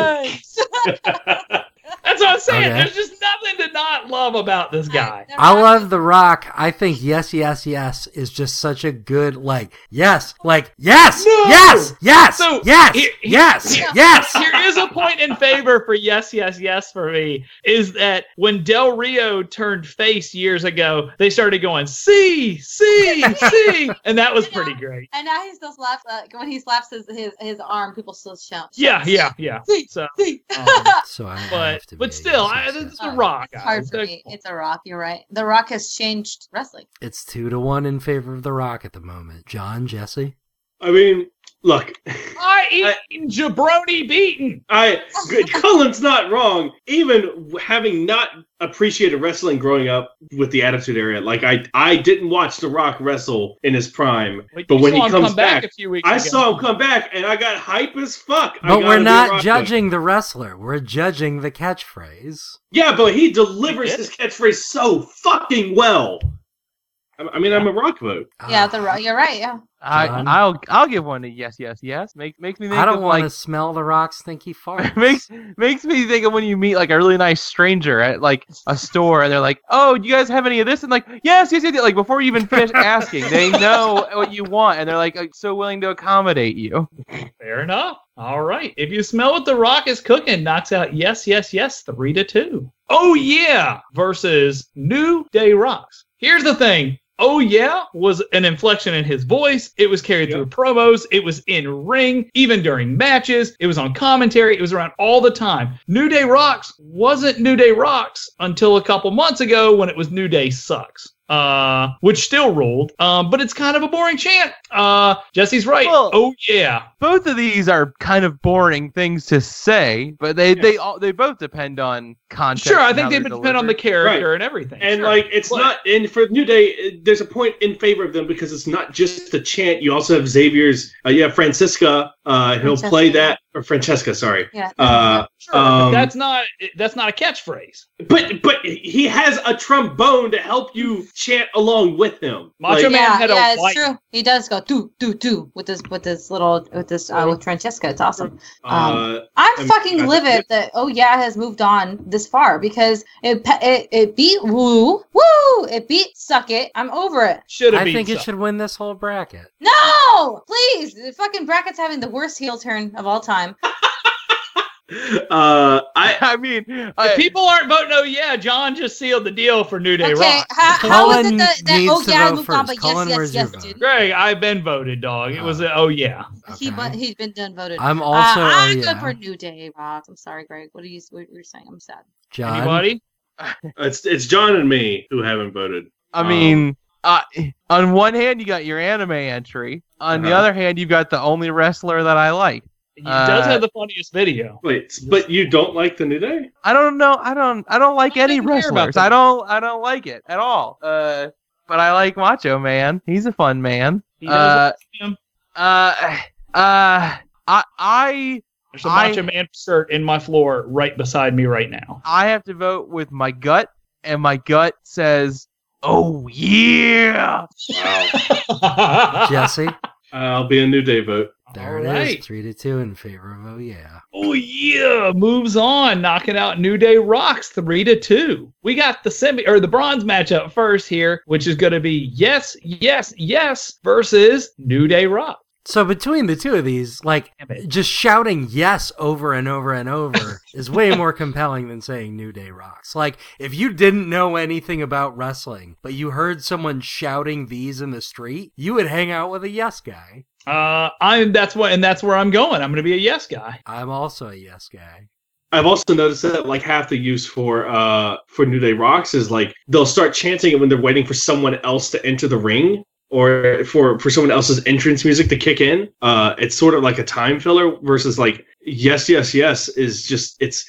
S1: millions. That's what I'm saying.
S5: Okay.
S1: There's just nothing to not love about this guy.
S3: The
S5: I
S3: Rock
S5: love The Rock. I think Yes, Yes, Yes is just such a good, like, yes, like, yes,
S1: No!
S5: yes, yes,
S1: So,
S5: yes,
S1: here- here-
S5: yes,
S1: here-
S5: yes.
S1: Here is a point in favor for yes, yes, yes for me is that when Del Rio turned face years ago, they started going see, see, see, and that was pretty great.
S3: And now he still slaps uh, when he slaps his his, his arm. People still shout.
S1: Yeah, yeah, yeah.
S3: See,
S1: So,
S3: see.
S1: um,
S5: So I I
S1: but
S5: have to
S1: but
S5: be a
S1: still,
S5: yes,
S1: I,
S5: yes,
S1: this is
S5: yes.
S1: the rock.
S3: It's hard
S1: guys.
S3: for me. It's a rock. You're right. The Rock has changed wrestling.
S5: It's two to one in favor of The Rock at the moment. John, Jesse,
S2: I mean, look.
S1: I eat jabroni beaten.
S2: I Colin's not wrong. Even having not appreciated wrestling growing up with the Attitude Era, like I, I didn't watch The Rock wrestle in his prime. But
S1: you
S2: when
S1: saw
S2: he
S1: him
S2: comes
S1: come back,
S2: back,
S1: a few weeks
S2: I
S1: ago.
S2: saw him come back, and I got hype as fuck. I
S5: but
S2: gotta
S5: we're
S2: be a
S5: not
S2: Rock fan.
S5: judging the wrestler. We're judging the catchphrase.
S2: Yeah, but he delivers
S1: He did.
S2: his catchphrase so fucking well. I, I mean, I'm a Rock vote.
S3: yeah,
S5: Ah,
S3: the Rock. You're right. Yeah.
S4: I,
S5: John?
S4: I'll I'll give one to yes, yes, yes. Make, makes me think
S5: I don't
S4: of
S5: want to
S4: like
S5: smell The Rock stinky fart.
S4: makes makes me think of when you meet like a really nice stranger at like a store and they're like, "Oh, do you guys have any of this?" And like, "Yes, yes, yes." yes," Like before you even finish asking, they know what you want and they're like uh, so willing to accommodate you.
S1: Fair enough. All right. If you smell what the rock is cooking, knocks out yes, yes, yes, three to two. Oh yeah, versus New Day Rocks. Here's the thing. oh yeah was an inflection in his voice. It was carried
S2: Yep.
S1: through promos. It was in ring, even during matches. It was on commentary. It was around all the time. New Day Rocks wasn't New Day Rocks until a couple months ago when it was New Day Sucks. Uh, which still ruled, um, but it's kind of a boring chant. Uh, Jesse's right.
S4: Well-
S1: oh yeah,
S4: both of these are kind of boring things to say, but they
S2: Yeah.
S4: they all they both depend on context.
S1: sure. I
S4: and
S1: think
S4: how
S1: they
S4: they're
S1: depend on the
S4: delivered.
S1: character and everything.
S2: And
S1: Sure.
S2: like it's
S1: But-
S2: not and for New Day, uh, there's a point in favor of them because it's not just the chant. You also have Xavier's. Uh, you have Francisca. Uh, he'll
S3: Francesca.
S2: play that or Francesca. Sorry.
S3: Yeah.
S2: Uh,
S1: Sure, but
S2: Um,
S1: that's not that's not a catchphrase.
S2: but but he has a trombone to help you chant along with him.
S1: Macho
S2: Like,
S1: Man
S3: yeah,
S1: had a
S3: yeah, it's
S1: white-
S3: true. He does go do do do with this with this little with this uh, with Francesca. It's awesome.
S2: uh,
S3: I'm
S2: I'm-
S3: fucking
S2: I'm-
S3: livid that Oh Yeah has moved on this far because it pe- it, it beat Woo Woo it beat Suck It. I'm over it.
S1: Should have
S5: I
S1: been.
S5: think it
S1: so.
S5: should win this whole bracket.
S3: No, please. The fucking bracket's having the worst heel turn of all time.
S2: uh, I
S4: I mean,
S1: If
S4: I,
S1: people aren't voting, oh yeah, John just sealed the deal for New Day
S3: Okay,
S1: Rock.
S3: how, how is
S5: Colin
S3: it that, that
S5: needs
S3: Oh
S5: to
S3: Yeah
S5: vote
S3: moved on,
S5: first.
S3: but
S5: Colin,
S3: yes,
S5: where's your
S3: yes, yes,
S5: vote?
S3: dude.
S1: Greg, I've been voted, dog. It was a, oh yeah.
S3: He but
S5: Okay.
S3: he's been done voted.
S5: I'm
S3: Uh,
S5: also oh,
S3: I'm good
S5: yeah.
S3: for New Day Rock. I'm sorry, Greg. What are you what you're saying? I'm sad.
S5: John.
S1: Anybody?
S2: it's it's John and me who haven't voted.
S4: I mean, uh, on one hand you got your anime entry, on the
S2: Uh-huh.
S4: other hand you've got the only wrestler that I like.
S1: He
S4: Uh,
S1: does have the funniest video.
S2: Wait, but you don't like the New Day?
S4: I don't know. I don't. I don't like
S1: I
S4: any
S1: didn't care about
S4: wrestlers.
S1: them.
S4: I don't. I don't like it at all. Uh, but I like Macho Man. He's a fun man.
S1: He
S4: Uh,
S1: does him.
S4: uh, uh, I, I,
S1: There's a
S4: I-
S1: Macho Man shirt in my floor right beside me right now.
S4: I have to vote with my gut, and my gut says, "Oh yeah."
S2: Wow.
S5: Jesse.
S2: I'll be a New Day vote.
S5: There it is.
S1: Alright.
S5: Three to two in favor of oh yeah.
S1: Oh yeah, moves on, knocking out New Day Rocks three to two. We got the semi or the bronze matchup first here, which is going to be yes, yes, yes versus New Day Rock.
S5: So between the two of these, like
S1: Damn it.
S5: just shouting yes over and over and over is way more compelling than saying New Day rocks. Like if you didn't know anything about wrestling, but you heard someone shouting these in the street, you would hang out with a yes guy.
S1: Uh, I'm that's what and that's where I'm going. I'm going to be a yes guy.
S5: I'm also a yes guy.
S2: I've also noticed that like half the use for uh for New Day Rocks is like they'll start chanting it when they're waiting for someone else to enter the ring or for for someone else's entrance music to kick in. Uh it's sort of like a time filler versus like yes yes yes is just it's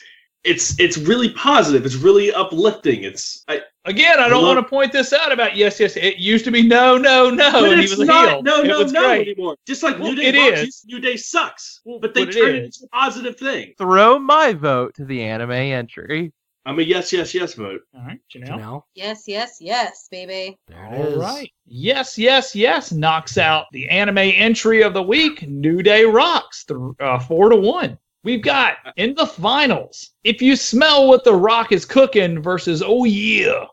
S2: it's it's really positive. It's really uplifting. It's I,
S1: Again, I don't
S2: Look-
S1: want to point this out about yes, yes. It used to be no, no, no,
S2: but
S1: and Oh, he
S2: it's
S1: was a
S2: not
S1: heel.
S2: no
S1: It
S2: no
S1: was
S2: no
S1: great.
S2: anymore. Just like
S1: Well,
S2: New Day
S1: it
S2: Rocks,
S1: is.
S2: New Day sucks,
S1: Well,
S2: but they
S1: but it is.
S2: turn it into a positive thing.
S4: Throw my vote to the anime entry.
S2: I'm a yes yes yes vote.
S1: All right,
S5: You
S1: Janelle.
S5: know?
S3: Yes, yes, yes, baby.
S5: There it
S1: All
S5: is.
S1: right. Yes, yes, yes. Knocks out the anime entry of the week. New Day rocks th- uh, four to one. We've got in the finals. If you smell what the Rock is cooking versus oh yeah,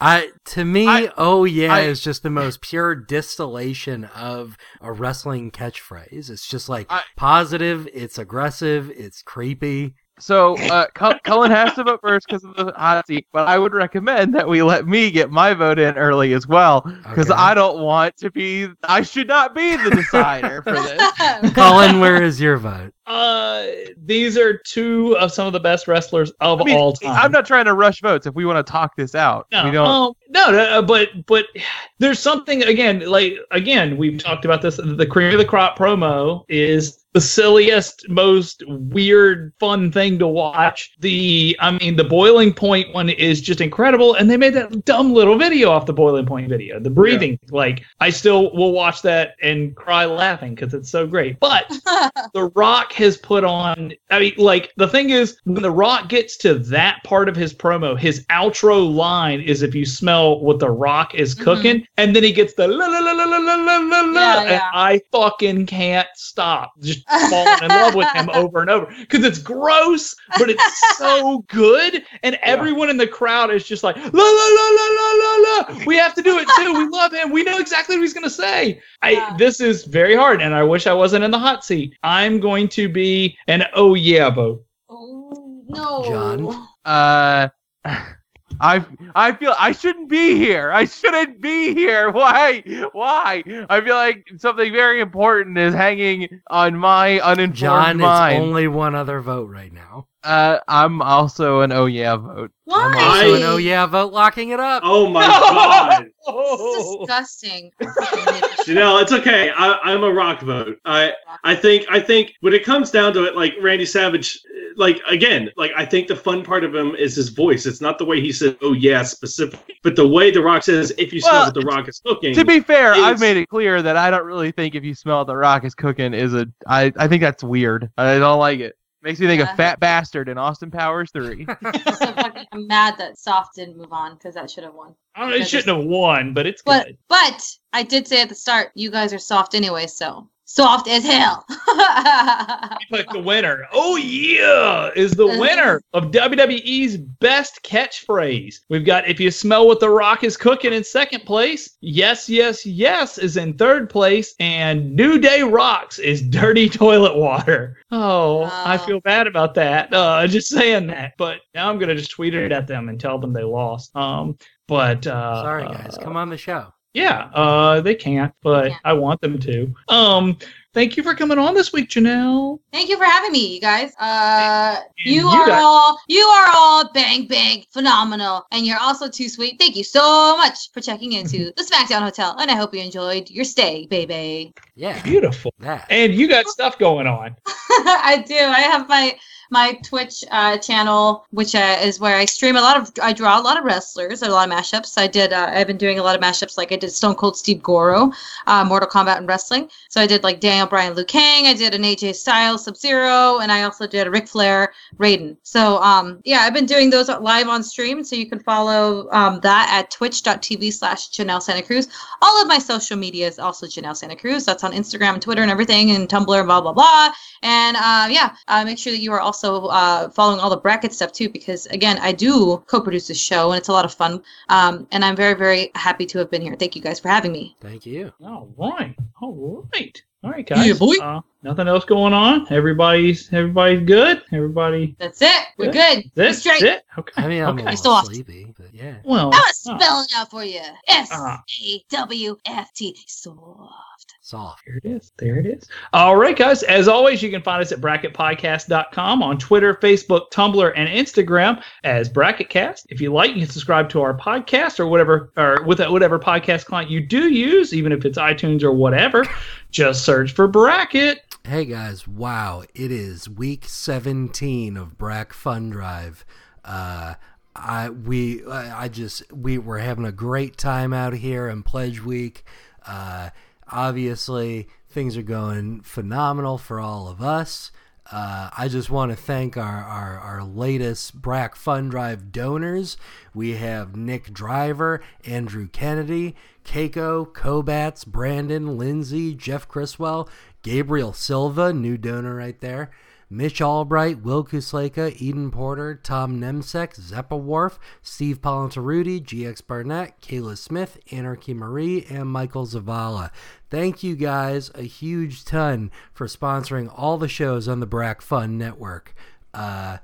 S5: I to me,
S4: I-
S5: oh yeah,
S4: I-
S5: is just the most pure distillation of a wrestling catchphrase. It's just like
S4: I-
S5: positive, it's aggressive, it's creepy.
S4: So uh, Cul- Cullen has to vote first because of the hot seat, but I would recommend that we let me get my vote in early as well because
S5: Okay.
S4: I don't want to be. I should not be the decider for this.
S5: Colin, where is your vote?
S1: uh, these are two of some of the best wrestlers of
S4: I mean,
S1: all time.
S4: I'm not trying to rush votes. If we want to talk this out,
S1: No,
S4: we don't.
S1: um, no, no, uh, but but there's something again. Like again, we've talked about this. The cream of the crop promo is the silliest, most weird, fun thing to watch. The I mean, the boiling point one is just incredible, and they made that dumb little video off the boiling point video. The breathing, like I still will watch that and cry laughing because it's so great. But the Rock has put on. I mean, like the thing is, when The Rock gets to that part of his promo, his outro line is "If you smell what The Rock is
S3: Mhm.
S1: cooking," and then he gets the la la la la la la la la, la,
S3: Yeah,
S1: and
S3: yeah.
S1: I fucking can't stop just falling in love with him over and over because it's gross, but it's so good, and everyone in the crowd is just like la la la la la la la. We have to do it too. We love him. We know exactly what he's gonna say. I
S3: Yeah.
S1: this is very hard, and I wish I wasn't in the hot seat. I'm going to be an oh yeah vote.
S3: oh, no.
S5: John?
S4: Uh, I I feel I shouldn't be here. I shouldn't be here. Why? Why? I feel like something very important is hanging on my uninformed
S5: John, it's
S4: mind.
S5: only one other vote right now.
S4: uh, I'm also an oh yeah vote.
S3: Why?
S5: So an
S2: I-
S5: oh yeah vote locking it up.
S2: Oh my god.
S3: It's disgusting.
S2: Janelle, it's okay. I, I'm a rock vote. I I think I think when it comes down to it, like Randy Savage, like again, like I think the fun part of him is his voice. It's not the way he says "oh yeah" specifically, but the way the Rock says "if you smell
S4: Well,
S2: what the Rock is cooking."
S4: To be fair, I've
S2: It's-
S4: made it clear that I don't really think if you smell the rock is cooking is a I I think that's weird. I don't like it. Makes me think
S1: Uh-huh.
S3: Yeah.
S4: of Fat Bastard in Austin Powers 3.
S3: I'm so fucking I'm mad that Soft didn't move on because that should have won.
S1: I mean, it shouldn't have won, but it's
S3: But
S1: good.
S3: but I did say at the start, you guys are soft anyway, so soft as hell.
S1: But the winner, oh yeah, is the
S3: Uh-huh.
S1: winner of WWE's best catchphrase. We've got if you smell what the rock is cooking in second place, yes, yes, yes is in third place, and New Day Rocks is dirty toilet water. Oh, I
S3: Wow.
S1: feel bad about that. Uh just saying that. But now I'm gonna just tweet it at them and tell them they lost. Um but uh
S5: Sorry guys,
S1: uh,
S5: come on the show.
S1: Yeah, uh, they can't, but
S3: Yeah.
S1: I want them to. Um, thank you for coming on this week, Janelle.
S3: Thank you for having me, you guys. Uh,
S1: And
S3: you
S1: you
S3: are
S1: guys-
S3: all you are all bang bang phenomenal, and you're also too sweet. Thank you so much for checking into the SmackDown Hotel, and I hope you enjoyed your stay, baby.
S5: Yeah.
S1: Beautiful.
S5: That.
S1: And you got stuff going on.
S3: I do. I have my my Twitch uh, channel, which uh, is where I stream a lot of. I draw a lot of wrestlers, a lot of mashups. I did. Uh, I've been doing a lot of mashups, like I did Stone Cold Steve Goro, uh, Mortal Kombat and wrestling. So I did like Daniel Bryan, Liu Kang. I did an AJ Styles, Sub Zero, and I also did a Ric Flair, Raiden. So um, yeah, I've been doing those live on stream. So you can follow um, that at twitch.tv slash Janelle Santa Cruz. All of my social media is also Janelle Santa Cruz. That's on Instagram and Twitter and everything, and Tumblr, and blah blah blah. And uh, yeah, uh, make sure that you are also uh, following all the bracket stuff too, because again, I do co-produce this show, and it's a lot of fun. Um, and I'm very, very happy to have been here. Thank you guys for having me.
S5: Thank you.
S1: All right. All right. All right, guys.
S3: Yeah, boy.
S1: Uh, nothing else going on. Everybody's everybody's good. Everybody.
S3: That's it. We're good. We're
S1: This
S3: straight.
S1: it. Okay.
S5: I mean, I'm
S1: Okay.
S5: a
S3: Still
S5: little
S3: lost.
S5: sleepy, but yeah.
S1: Well.
S3: I was
S1: oh,
S3: spelling out for you. S
S1: Ah.
S3: A W F T. So.
S5: Soft.
S1: There it is. There it is. All right, guys. As always, you can find us at bracketpodcast.com on Twitter, Facebook, Tumblr, and Instagram as Bracketcast. If you like, you can subscribe to our podcast or whatever, or with whatever podcast client you do use, even if it's iTunes or whatever. Just search for Bracket.
S5: Hey guys, wow, it is week 17 of Brack Fun Drive. Uh I we I I just we were having a great time out here in Pledge Week. Uh obviously things are going phenomenal for all of us. Uh, I just want to thank our, our, our latest Brack Fund Drive donors. We have Nick Driver, Andrew Kennedy, Keiko, Kobats, Brandon, Lindsay, Jeff Criswell, Gabriel Silva, new donor right there. Mitch Albright, Will Kusleka, Eden Porter, Tom Nemsek, Zeppa Wharf, Steve Palantarudi, GX Barnett, Kayla Smith, Anarchy Marie, and Michael Zavala. Thank you guys a huge ton for sponsoring all the shows on the Brack Fun Network. Uh,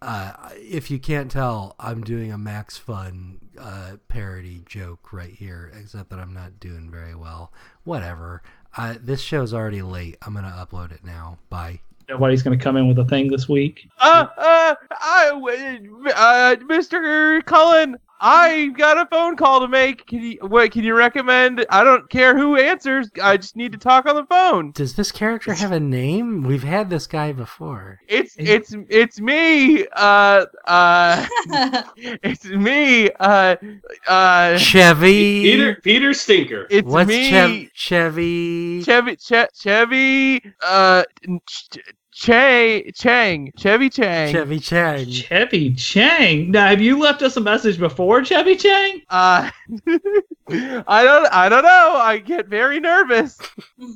S5: uh, if you can't tell, I'm doing a Max Fun uh, parody joke right here, except that I'm not doing very well. Whatever. Uh, this show's already late. I'm going to upload it now. Bye.
S1: Nobody's going to come in with a thing this week.
S4: Uh, uh, I, uh, Mr. Cullen, I got a phone call to make. Can you, what, can you recommend? I don't care who answers. I just need to talk on the phone.
S5: Does this character have a name? We've had this guy before.
S4: It's, it's, it's me. Uh, uh, it's me. Uh, uh,
S5: Chevy.
S2: Peter Peter Stinker.
S4: it's
S5: What's
S4: me.
S5: Chev- Chevy?
S4: Chevy, che- Chevy, uh, Ch- Che, Chang, Chevy Chang.
S5: Chevy Chang.
S1: Chevy Chang. Now, have you left us a message before, Chevy Chang?
S4: Uh, I don't, I don't know. I get very nervous.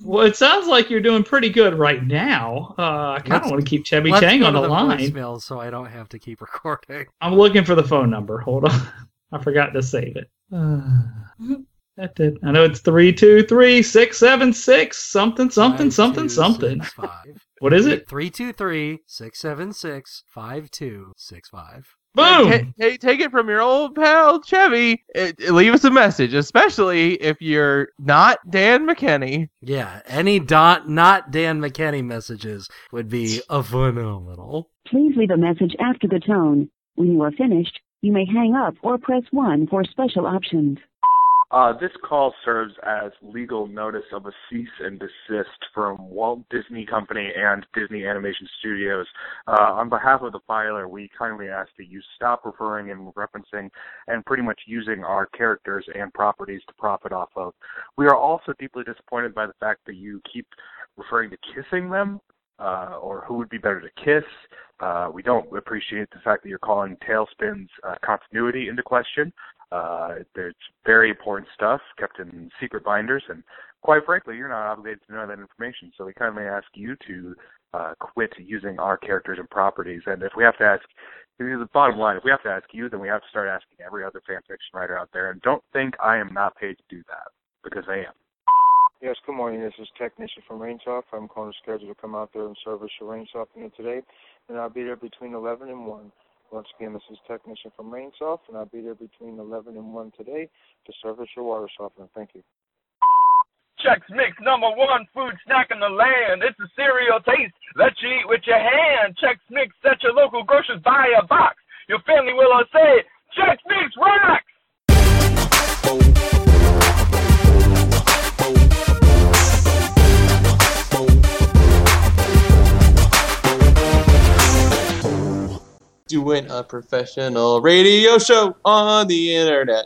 S1: Well, it sounds like you're doing pretty good right now. Uh, I kind
S5: Let's-
S1: of want to keep Chevy
S5: Let's
S1: Chang
S5: go
S1: on
S5: to
S1: the, line.
S5: voicemail so I don't have to keep recording.
S1: I'm looking for the phone number. Hold on. I forgot to save it. Uh, that did. I know it's three two three six seven six something something
S5: Five,
S1: something
S5: two,
S1: something.
S5: six, five.
S1: What is it?
S5: 323 676 5265.
S1: Boom.
S4: Ta- ta- take it from your old pal Chevy. Uh, leave us a message, especially if you're not Dan McKinney.
S5: Yeah, any dot not Dan McKenny messages would be a phenomenal.
S6: Please leave a message after the tone. When you are finished, you may hang up or press 1 for special options.
S7: Uh, this call serves as legal notice of a cease and desist from Walt Disney Company and Disney Animation Studios. Uh, on behalf of the filer, we kindly ask that you stop referring and referencing and pretty much using our characters and properties to profit off of. We are also deeply disappointed by the fact that you keep referring to kissing them uh, or who would be better to kiss. Uh, we don't appreciate the fact that you're calling Tailspin's uh, continuity into question. Uh, there's very important stuff kept in secret binders, and quite frankly, you're not obligated to know that information. So we kindly ask you to uh, quit using our characters and properties. And if we have to ask, the bottom line, if we have to ask you, then we have to start asking every other fan fiction writer out there. And don't think I am not paid to do that because I am.
S8: Yes, good morning. This is Technician from Rangeoff. I'm calling to schedule to come out there and service your Rangeoff unit today, and I'll be there between 11 and 1. Once again, this is Technician from Rangeoff, and I'll be there between 11 and 1 today to service your water softener. Thank you.
S9: Chex Mix, number one food snack in the land. It's a cereal taste that you eat with your hand. Chex Mix at your local grocer's buy a box. Your family will all say, Chex Mix rocks!
S10: doing a professional radio show on the internet.